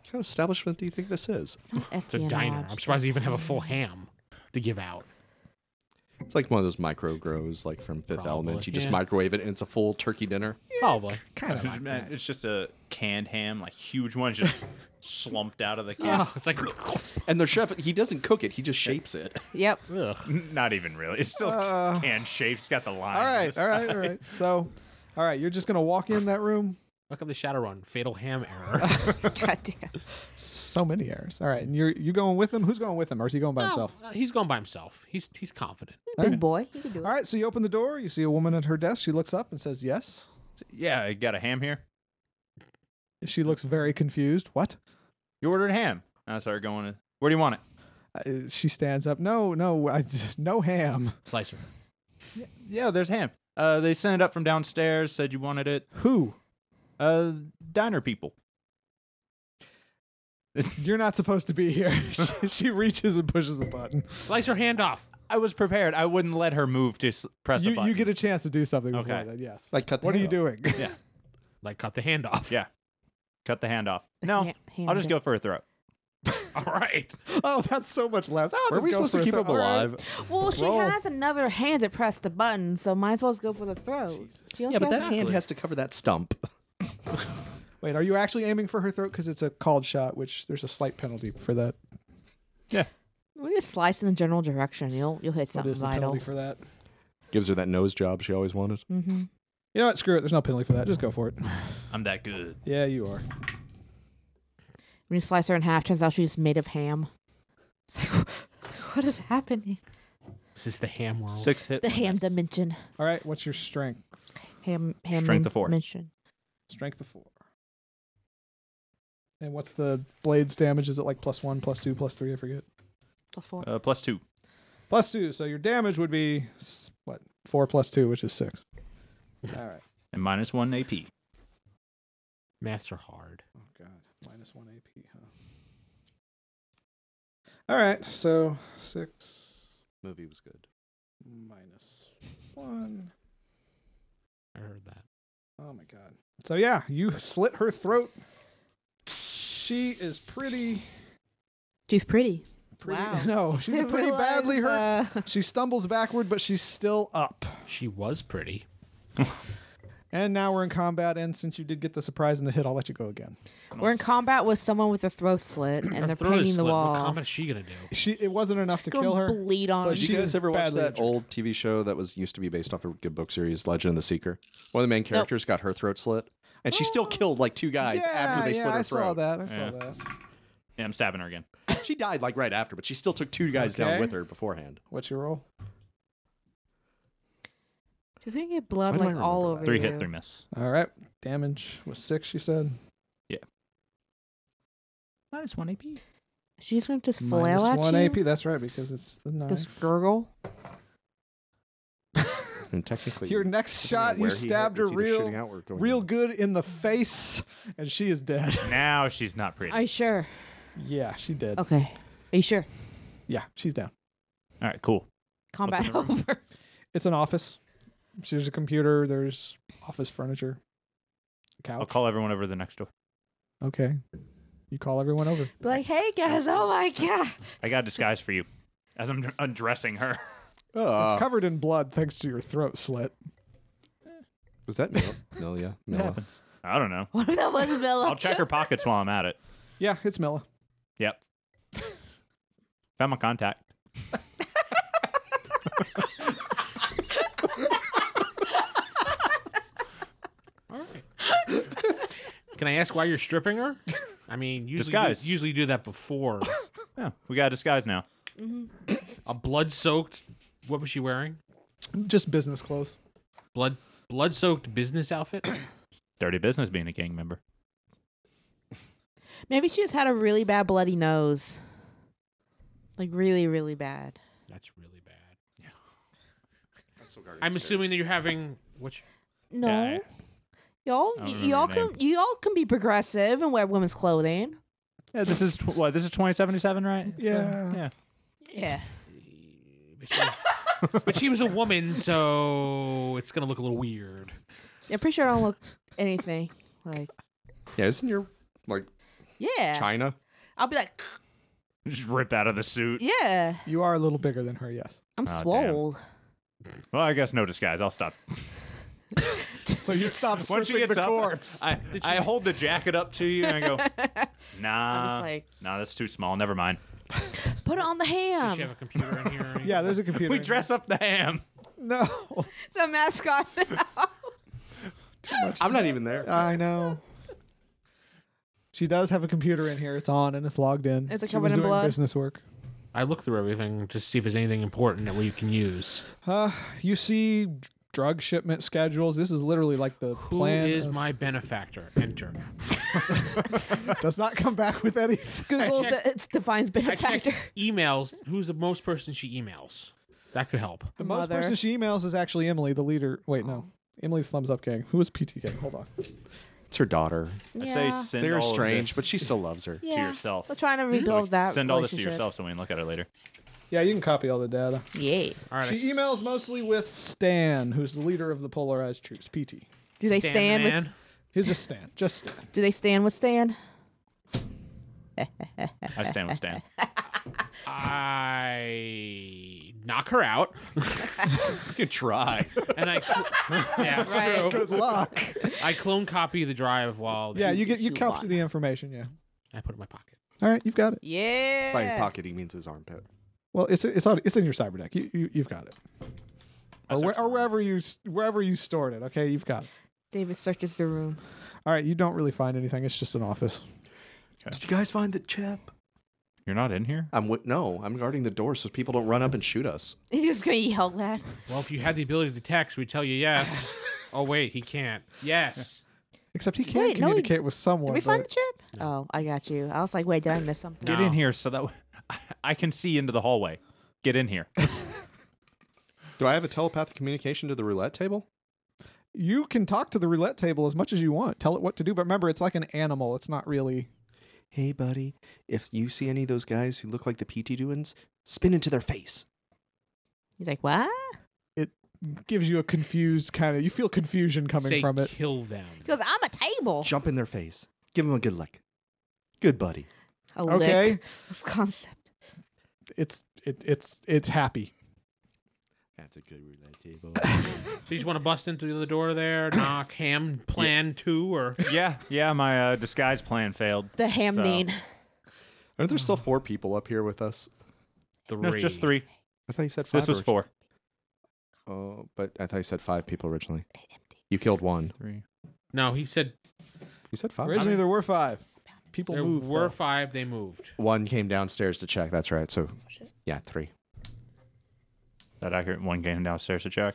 Speaker 5: kind of establishment do you think this is?
Speaker 4: It's not
Speaker 2: It's a diner.
Speaker 4: espionage,
Speaker 2: I'm surprised they even have a full
Speaker 4: espionage.
Speaker 2: ham to give out.
Speaker 5: It's like one of those micro grows, like from Fifth Element.
Speaker 2: Probably,
Speaker 5: You just
Speaker 2: yeah.
Speaker 5: microwave it, and it's a full turkey dinner.
Speaker 2: Probably.
Speaker 1: Kind of like
Speaker 3: Man,
Speaker 1: that.
Speaker 3: It's just a canned ham, like huge one, just slumped out of the can.
Speaker 2: Oh, it's like,
Speaker 5: And the chef, he doesn't cook it. He just shapes it.
Speaker 4: Yep.
Speaker 2: ugh.
Speaker 3: Not even really. It's still
Speaker 1: Uh,
Speaker 3: canned shaped. It's got the line.
Speaker 1: All right. All right. All right. So, all right. You're just gonna walk in that room.
Speaker 2: Welcome to Shadowrun. Fatal ham error.
Speaker 4: God damn.
Speaker 1: So many errors. All right. And you're you going with him? Who's going with him? Or is he going by himself?
Speaker 2: Oh, uh, he's going by himself. He's he's confident.
Speaker 4: Big boy. You can do it.
Speaker 1: All right. So you open the door. You see a woman at her desk. She looks up and says yes.
Speaker 3: Yeah, I got a ham here.
Speaker 1: She looks very confused. What?
Speaker 3: You ordered ham. I started going. To, Where do you want it?
Speaker 1: Uh, she stands up. No, no, I, no ham.
Speaker 2: Slicer.
Speaker 3: Yeah, there's ham. Uh, they sent it up from downstairs. Said you wanted it.
Speaker 1: Who?
Speaker 3: Uh, diner people.
Speaker 1: You're not supposed to be here. she, she reaches and pushes a button.
Speaker 2: Slicer hand off.
Speaker 3: I was prepared. I wouldn't let her move to s- press a
Speaker 1: You,
Speaker 3: button.
Speaker 1: you get a chance to do something before
Speaker 3: Okay.
Speaker 1: that. Yes.
Speaker 5: Like cut. The
Speaker 1: what are
Speaker 5: ham
Speaker 1: you
Speaker 5: off.
Speaker 1: doing?
Speaker 2: Like cut the hand off.
Speaker 3: Yeah. cut the hand off. No,
Speaker 4: Ha- ham
Speaker 3: I'll just
Speaker 4: dip.
Speaker 3: go for a throat.
Speaker 2: All right.
Speaker 1: oh, that's so much less. I'll
Speaker 5: Were
Speaker 1: just
Speaker 5: we
Speaker 1: go
Speaker 5: supposed
Speaker 1: for
Speaker 5: to
Speaker 1: a
Speaker 5: keep
Speaker 1: throw-
Speaker 5: him
Speaker 1: all right.
Speaker 5: alive?
Speaker 4: Well, she
Speaker 1: Roll.
Speaker 4: has another hand that pressed the button, so might as well just go for the throat. She
Speaker 5: Yeah,
Speaker 4: also
Speaker 5: but that
Speaker 4: has-
Speaker 5: hand has to cover that stump.
Speaker 1: Wait, are you actually aiming for her throat? Because it's a called shot, which there's a slight penalty for that.
Speaker 4: we just slice in the general direction. You'll you'll hit
Speaker 1: What
Speaker 4: something
Speaker 1: is the
Speaker 4: vital.
Speaker 1: penalty for that?
Speaker 5: Gives her that nose job she always wanted.
Speaker 4: Mm-hmm.
Speaker 1: You know what? Screw it. There's no penalty for that. Just go for it.
Speaker 3: I'm that good.
Speaker 1: Yeah, you are.
Speaker 4: When you slice her in half, turns out she's made of ham. what is happening?
Speaker 2: This is the ham world.
Speaker 3: Six hit.
Speaker 4: The ham
Speaker 3: wonders.
Speaker 4: dimension.
Speaker 1: All right. What's your strength?
Speaker 4: Ham ham
Speaker 3: Strength
Speaker 4: min-
Speaker 3: of four.
Speaker 4: dimension.
Speaker 1: Strength of four. And what's the blade's damage? Is it like plus one, plus two, plus three? I forget.
Speaker 4: Plus four.
Speaker 3: Uh, plus two.
Speaker 1: Plus two. So your damage would be s- what? Four plus two, which is six. All right.
Speaker 3: and minus one AP.
Speaker 2: Maths are hard.
Speaker 1: Oh god. Minus one AP. Huh. All right. So six
Speaker 5: Movie was good.
Speaker 1: minus one.
Speaker 2: I heard that.
Speaker 1: Oh my god. So yeah, you slit her throat. She is pretty.
Speaker 4: She's pretty.
Speaker 1: pretty
Speaker 4: Wow.
Speaker 1: No, she's a
Speaker 4: Didn't
Speaker 1: pretty
Speaker 4: realize,
Speaker 1: badly hurt.
Speaker 4: uh,
Speaker 1: She stumbles backward, but she's still up.
Speaker 2: She was pretty.
Speaker 1: And now we're in combat, and since you did get the surprise and the hit, I'll let you go again.
Speaker 4: we're in combat with someone with a throat slit, and
Speaker 2: Her
Speaker 4: they're
Speaker 2: throat is
Speaker 4: painting the
Speaker 2: slit. What
Speaker 4: walls.
Speaker 2: combat is she gonna do?
Speaker 1: She it wasn't enough to
Speaker 4: Gonna
Speaker 1: kill her.
Speaker 4: Bleed on.
Speaker 1: But
Speaker 4: her.
Speaker 5: Did you
Speaker 1: She
Speaker 5: guys
Speaker 1: is
Speaker 5: ever watch
Speaker 1: badly
Speaker 5: that
Speaker 1: injured.
Speaker 5: old TV show that was used to be based off of a good book series, Legend of the Seeker? One of the main characters got her throat slit, and she still killed like two guys
Speaker 1: yeah,
Speaker 5: after they
Speaker 1: yeah,
Speaker 5: slit her
Speaker 1: I
Speaker 5: throat.
Speaker 1: saw that. I saw
Speaker 3: Yeah.
Speaker 1: that.
Speaker 3: Yeah, I'm stabbing her again.
Speaker 5: She died like right after, but she still took two guys
Speaker 1: Okay.
Speaker 5: down with her beforehand.
Speaker 1: What's your roll?
Speaker 4: She's gonna get blood
Speaker 5: Why do I
Speaker 4: like all
Speaker 5: remember
Speaker 4: over
Speaker 5: that?
Speaker 3: Three
Speaker 4: Oh, you.
Speaker 3: hit, three miss.
Speaker 1: All right, damage was six. You said
Speaker 3: Minus one AP.
Speaker 4: She's gonna just flail
Speaker 1: Minus
Speaker 4: at
Speaker 1: one
Speaker 4: you.
Speaker 1: AP. That's right because it's the nine.
Speaker 4: Just gurgle.
Speaker 5: And technically,
Speaker 1: Your next shot, you stabbed her real, real good in the face, and she is dead.
Speaker 3: Now she's not pretty.
Speaker 4: Are you sure?
Speaker 1: yeah, she did.
Speaker 4: Okay. Are you sure?
Speaker 1: Yeah, she's down.
Speaker 3: All right, cool.
Speaker 4: Combat
Speaker 3: in the room?
Speaker 4: over.
Speaker 1: It's an office. There's a computer. There's office furniture. A couch.
Speaker 3: I'll call everyone over the next door.
Speaker 1: Okay. You call everyone over.
Speaker 4: Be like, hey guys, oh my god.
Speaker 3: I got a disguise for you. As I'm undressing her. Ah.
Speaker 1: it's covered in blood thanks to your throat slit.
Speaker 5: was that Mila? no, yeah, Mila.
Speaker 3: I don't know.
Speaker 4: What if that was Bella?
Speaker 3: I'll check her pockets while I'm at it.
Speaker 1: Yeah, it's Mila.
Speaker 3: Yep. Found my contact.
Speaker 2: All right. Can I ask why you're stripping her? I mean, usually
Speaker 3: Disguise.
Speaker 2: usually do that before
Speaker 3: Yeah, we got a disguise now.
Speaker 2: a blood-soaked. What was she wearing?
Speaker 1: Just business clothes.
Speaker 2: Blood blood-soaked business outfit.
Speaker 3: Dirty business being a gang member.
Speaker 4: Maybe she just had a really bad bloody nose. Like really, really bad.
Speaker 2: That's really bad. I'm
Speaker 5: upstairs.
Speaker 2: assuming that you're having which
Speaker 4: No.
Speaker 3: Yeah, I
Speaker 4: Y'all
Speaker 3: don't
Speaker 4: y-
Speaker 3: remember
Speaker 4: y'all
Speaker 3: her
Speaker 4: can
Speaker 3: name.
Speaker 4: y'all can be progressive and wear women's clothing.
Speaker 3: yeah, this is tw- what this is twenty seventy seven, right?
Speaker 1: Yeah.
Speaker 3: yeah.
Speaker 4: Yeah.
Speaker 2: but she, but she was a woman, so it's gonna look a little weird.
Speaker 4: I'm pretty sure I don't look anything. Like
Speaker 5: Yeah, isn't your like
Speaker 4: Yeah.
Speaker 5: China?
Speaker 4: I'll be like
Speaker 3: Just rip out of the suit.
Speaker 4: Yeah.
Speaker 1: You are a little bigger than her, yes.
Speaker 4: I'm
Speaker 3: Ah, damn.
Speaker 4: swole.
Speaker 3: Well, I guess no disguise. I'll stop.
Speaker 1: So you stop
Speaker 3: Once she
Speaker 1: stripping
Speaker 3: gets
Speaker 1: the
Speaker 3: up,
Speaker 1: corpse.
Speaker 3: I, I hold the jacket up to you and I go,
Speaker 4: I'm
Speaker 3: nah,
Speaker 4: just like
Speaker 3: nah, that's too small. Never mind.
Speaker 4: put it on the
Speaker 2: Does she have
Speaker 4: ham.
Speaker 2: a computer in here? Or anything?
Speaker 1: yeah, there's a computer.
Speaker 3: We
Speaker 1: in
Speaker 3: dress up the ham.
Speaker 1: there. No,
Speaker 4: It's a mascot now.
Speaker 5: I'm not even there.
Speaker 1: I know. She does have a computer in here. It's on and it's logged in.
Speaker 4: Is it
Speaker 1: she
Speaker 4: covered
Speaker 1: was
Speaker 4: in
Speaker 1: doing
Speaker 4: blood?
Speaker 1: business work.
Speaker 2: I look through everything to see if there's anything important that we can use.
Speaker 1: Uh, you see drug shipment schedules. This is literally like the
Speaker 2: Who is
Speaker 1: plan. Um, of-
Speaker 2: my benefactor? Enter.
Speaker 1: does not come back with anything.
Speaker 4: Google's that it defines
Speaker 2: I check
Speaker 4: benefactor.
Speaker 2: emails. Who's the most person she emails? That could help.
Speaker 1: The most
Speaker 4: Mother. Oh.
Speaker 1: person she emails is actually Emily, the leader. Wait, no. Emily's Thumbs Up Gang. Who is PT Gang? Hold on.
Speaker 5: It's her daughter.
Speaker 3: I say send
Speaker 5: They're
Speaker 3: all of
Speaker 5: estranged,
Speaker 3: this
Speaker 5: but she still loves her.
Speaker 3: to yourself.
Speaker 4: We're trying to rebuild that.
Speaker 3: Send all this to
Speaker 4: relationship.
Speaker 3: yourself so we can look at it later.
Speaker 1: Yeah, you can copy all the data.
Speaker 4: Yeah.
Speaker 2: All right.
Speaker 1: She
Speaker 2: I-
Speaker 1: emails mostly with Stan, who's the leader of the polarized troops, PT.
Speaker 4: Do they
Speaker 2: Stan
Speaker 4: stand with?
Speaker 2: man.
Speaker 1: He's just Stan. Just Stan.
Speaker 4: Do they stand with Stan?
Speaker 3: I stand with Stan.
Speaker 2: I knock her out,
Speaker 5: You could try.
Speaker 2: and I yeah,
Speaker 4: Right.
Speaker 2: true.
Speaker 1: luck.
Speaker 2: I clone copy the drive while
Speaker 1: yeah, you get you
Speaker 4: Shoot
Speaker 1: capture
Speaker 4: luck.
Speaker 1: the information. Yeah.
Speaker 2: I put it in my pocket.
Speaker 1: All right, you've got it.
Speaker 4: Yeah.
Speaker 5: By pocket, he means his armpit.
Speaker 1: Well, it's it's on, it's in your cyber deck. You, you you've got it.
Speaker 3: I
Speaker 1: Or,
Speaker 3: search
Speaker 1: where,
Speaker 3: for
Speaker 1: or
Speaker 3: it.
Speaker 1: wherever you s- wherever you stored it. Okay, you've got it.
Speaker 4: David searches the room.
Speaker 1: All right, you don't really find anything. It's just an office.
Speaker 5: Did you guys find the chip?
Speaker 3: You're not in here?
Speaker 5: I'm wi- no. I'm guarding the door so people don't run up and shoot us.
Speaker 4: He's just gonna yell that.
Speaker 2: Well, if you had the ability to text, we'd tell you yes. oh wait, he can't. Yes.
Speaker 1: Except he can't
Speaker 4: Wait, no, he-
Speaker 1: communicate with someone.
Speaker 4: Did we find the
Speaker 1: but-
Speaker 4: chip? Oh, I got you. I was like, wait, did I miss something?
Speaker 3: Get
Speaker 2: No.
Speaker 3: in here so that w- I can see into the hallway. Get in here.
Speaker 5: Do I have a telepathic communication to the roulette table?
Speaker 1: you can talk to the roulette table as much as you want. Tell it what to do, but remember, it's like an animal. It's not really.
Speaker 5: Hey, buddy, if you see any of those guys who look like the PT doings, spin into their face.
Speaker 4: He's like, what?
Speaker 1: Gives you a confused kind of. You feel confusion coming
Speaker 2: Say
Speaker 1: from it.
Speaker 2: kill them.
Speaker 4: He goes, I'm a table.
Speaker 5: Jump in their face. Give them a good lick. Good buddy.
Speaker 4: A lick.
Speaker 1: Okay,
Speaker 4: This concept.
Speaker 1: it's it, it's it's happy.
Speaker 5: That's a good roulette table.
Speaker 2: So you just want to bust in through the door there, knock ham plan two or
Speaker 3: yeah, yeah, my uh, disguise plan failed.
Speaker 4: The ham
Speaker 3: So-
Speaker 4: mean.
Speaker 5: Aren't there still four people up here with us?
Speaker 2: three.
Speaker 3: No, it's just three.
Speaker 5: I thought you said five.
Speaker 3: This was
Speaker 5: orig-
Speaker 3: four.
Speaker 5: Oh, but I thought you said five people originally. You killed one.
Speaker 3: Three.
Speaker 2: No, he said
Speaker 5: You said five.
Speaker 1: Originally, there were five. People
Speaker 2: there
Speaker 1: moved.
Speaker 2: were
Speaker 1: though.
Speaker 2: five. They moved.
Speaker 5: One came downstairs to check. That's right. So, yeah, three.
Speaker 3: That accurate one game downstairs to check.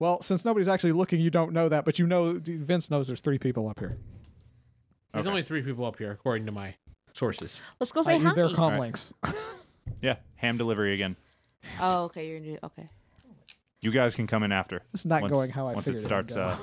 Speaker 1: well, since nobody's actually looking, you don't know that, but you know Vince knows there's three people up here.
Speaker 2: There's
Speaker 3: Okay.
Speaker 2: only three people up here, according to my sources.
Speaker 4: Let's go say
Speaker 1: I.e.,
Speaker 4: hi.
Speaker 1: they're comlinks.
Speaker 3: Alright. Yeah, ham delivery again.
Speaker 4: Oh, okay. You're new. Okay.
Speaker 3: You guys can come in after.
Speaker 1: It's not
Speaker 3: Once-
Speaker 1: going how I
Speaker 3: Once
Speaker 1: figured
Speaker 3: it starts,
Speaker 1: It would go.
Speaker 3: uh,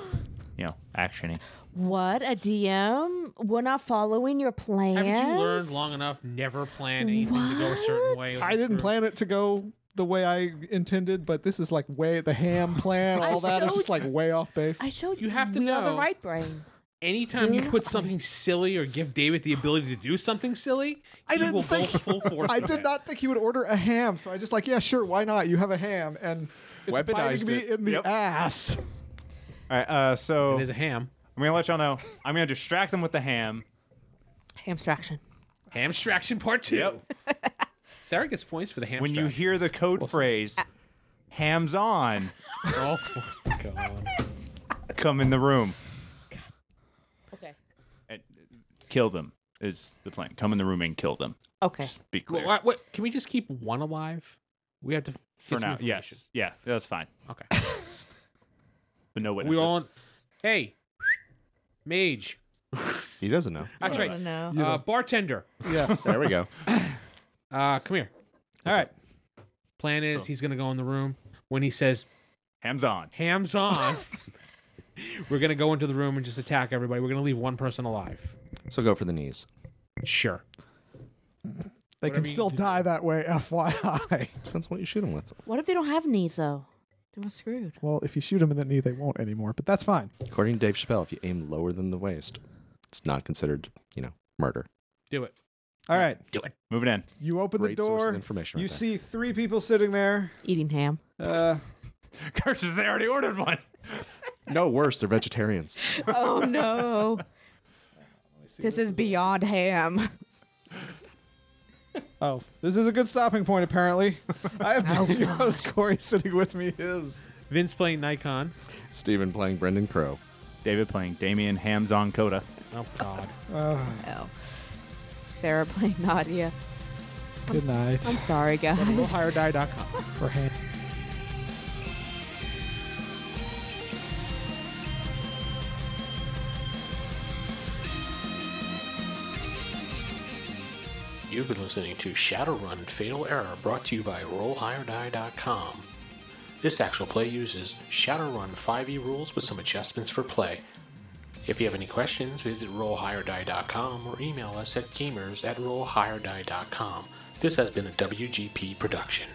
Speaker 3: you know, actiony.
Speaker 4: What a DM. We're not following your plans.
Speaker 2: Haven't you learned long enough? Never plan anything to go a certain way. with
Speaker 1: I
Speaker 2: this
Speaker 1: didn't
Speaker 2: group?
Speaker 1: plan it to go the way I intended, but this is like way the ham plan.
Speaker 4: I
Speaker 1: All that is
Speaker 4: showed-
Speaker 1: just like way off base.
Speaker 4: I showed
Speaker 2: You have to
Speaker 4: we are the
Speaker 2: know.
Speaker 4: right brain.
Speaker 2: Anytime you put something silly or give David the ability to do something silly,
Speaker 1: I
Speaker 2: he
Speaker 1: didn't
Speaker 2: will
Speaker 1: think-
Speaker 2: go full force.
Speaker 1: I
Speaker 2: with
Speaker 1: did
Speaker 2: it.
Speaker 1: not think he would order a ham, so I just like, yeah, sure, why not? You have a ham, and it's
Speaker 5: Weaponized
Speaker 1: biting me
Speaker 5: it.
Speaker 1: in the
Speaker 3: Yep.
Speaker 1: ass.
Speaker 3: All right, uh, so
Speaker 2: It is a ham.
Speaker 3: I'm gonna let y'all know. I'm gonna distract them with the ham.
Speaker 4: Hamstraction.
Speaker 2: Hamstraction part two. Sarah gets points for the hamster.
Speaker 3: When you hear the code phrase, hams on,
Speaker 2: oh my god.
Speaker 3: come in the room.
Speaker 4: Okay.
Speaker 3: And kill them is the plan. Come in the room and kill them.
Speaker 4: Okay.
Speaker 3: Just be
Speaker 2: Wha-
Speaker 3: clear.
Speaker 2: What, what, can we just keep one alive? We have to get
Speaker 3: For
Speaker 2: some
Speaker 3: now,
Speaker 2: information.
Speaker 3: yes. Yeah, that's fine.
Speaker 2: Okay.
Speaker 3: But no
Speaker 2: we
Speaker 3: witnesses.
Speaker 2: all. Hey, mage.
Speaker 5: He doesn't know.
Speaker 2: That's
Speaker 4: I
Speaker 2: right.
Speaker 4: don't know.
Speaker 2: Uh, bartender.
Speaker 1: Yes.
Speaker 5: There we go.
Speaker 2: Uh, come here. All right. Plan is he's gonna go in the room. When he says
Speaker 3: Hams on.
Speaker 2: "hams on," we're gonna go into the room and just attack everybody. We're gonna leave one person alive.
Speaker 5: So go for the knees.
Speaker 2: Sure.
Speaker 1: They
Speaker 2: Whatever
Speaker 1: can
Speaker 2: you
Speaker 1: still
Speaker 2: do.
Speaker 1: die that way, FYI.
Speaker 5: Depends what you shoot him with.
Speaker 4: What if they don't have knees though? Then we're screwed.
Speaker 1: Well, if you shoot them in the knee, they won't anymore, but that's fine.
Speaker 5: According to Dave Chappelle, if you aim lower than the waist, it's not considered, you know, murder.
Speaker 2: Do it.
Speaker 1: All right.
Speaker 3: Moving in.
Speaker 1: You open
Speaker 5: Great
Speaker 1: the
Speaker 5: source of
Speaker 1: door.
Speaker 5: information.
Speaker 1: You
Speaker 5: right there.
Speaker 1: see three people sitting there.
Speaker 4: Eating ham.
Speaker 1: Uh,
Speaker 3: Curses, they already ordered one.
Speaker 5: No worse, they're vegetarians.
Speaker 4: oh no. This is beyond ham.
Speaker 1: oh, this is a good stopping point, apparently. I have no your host, Corey, sitting with me is.
Speaker 2: Vince playing Nikon.
Speaker 5: Steven playing Brendan Crow.
Speaker 3: David playing Damien Hams on Coda.
Speaker 2: Oh God.
Speaker 4: Oh. Sarah playing Nadia.
Speaker 1: Good night.
Speaker 4: I'm sorry, guys.
Speaker 1: HireDie.com for hand.
Speaker 6: You've been listening to Shadowrun Fatal Error brought to you by RollHigherDie.com. This actual play uses Shadowrun 5e rules with some adjustments for play. If you have any questions, visit RollHigherDie.com or email us at gamers at RollHigherDie.com. This has been a WGP production.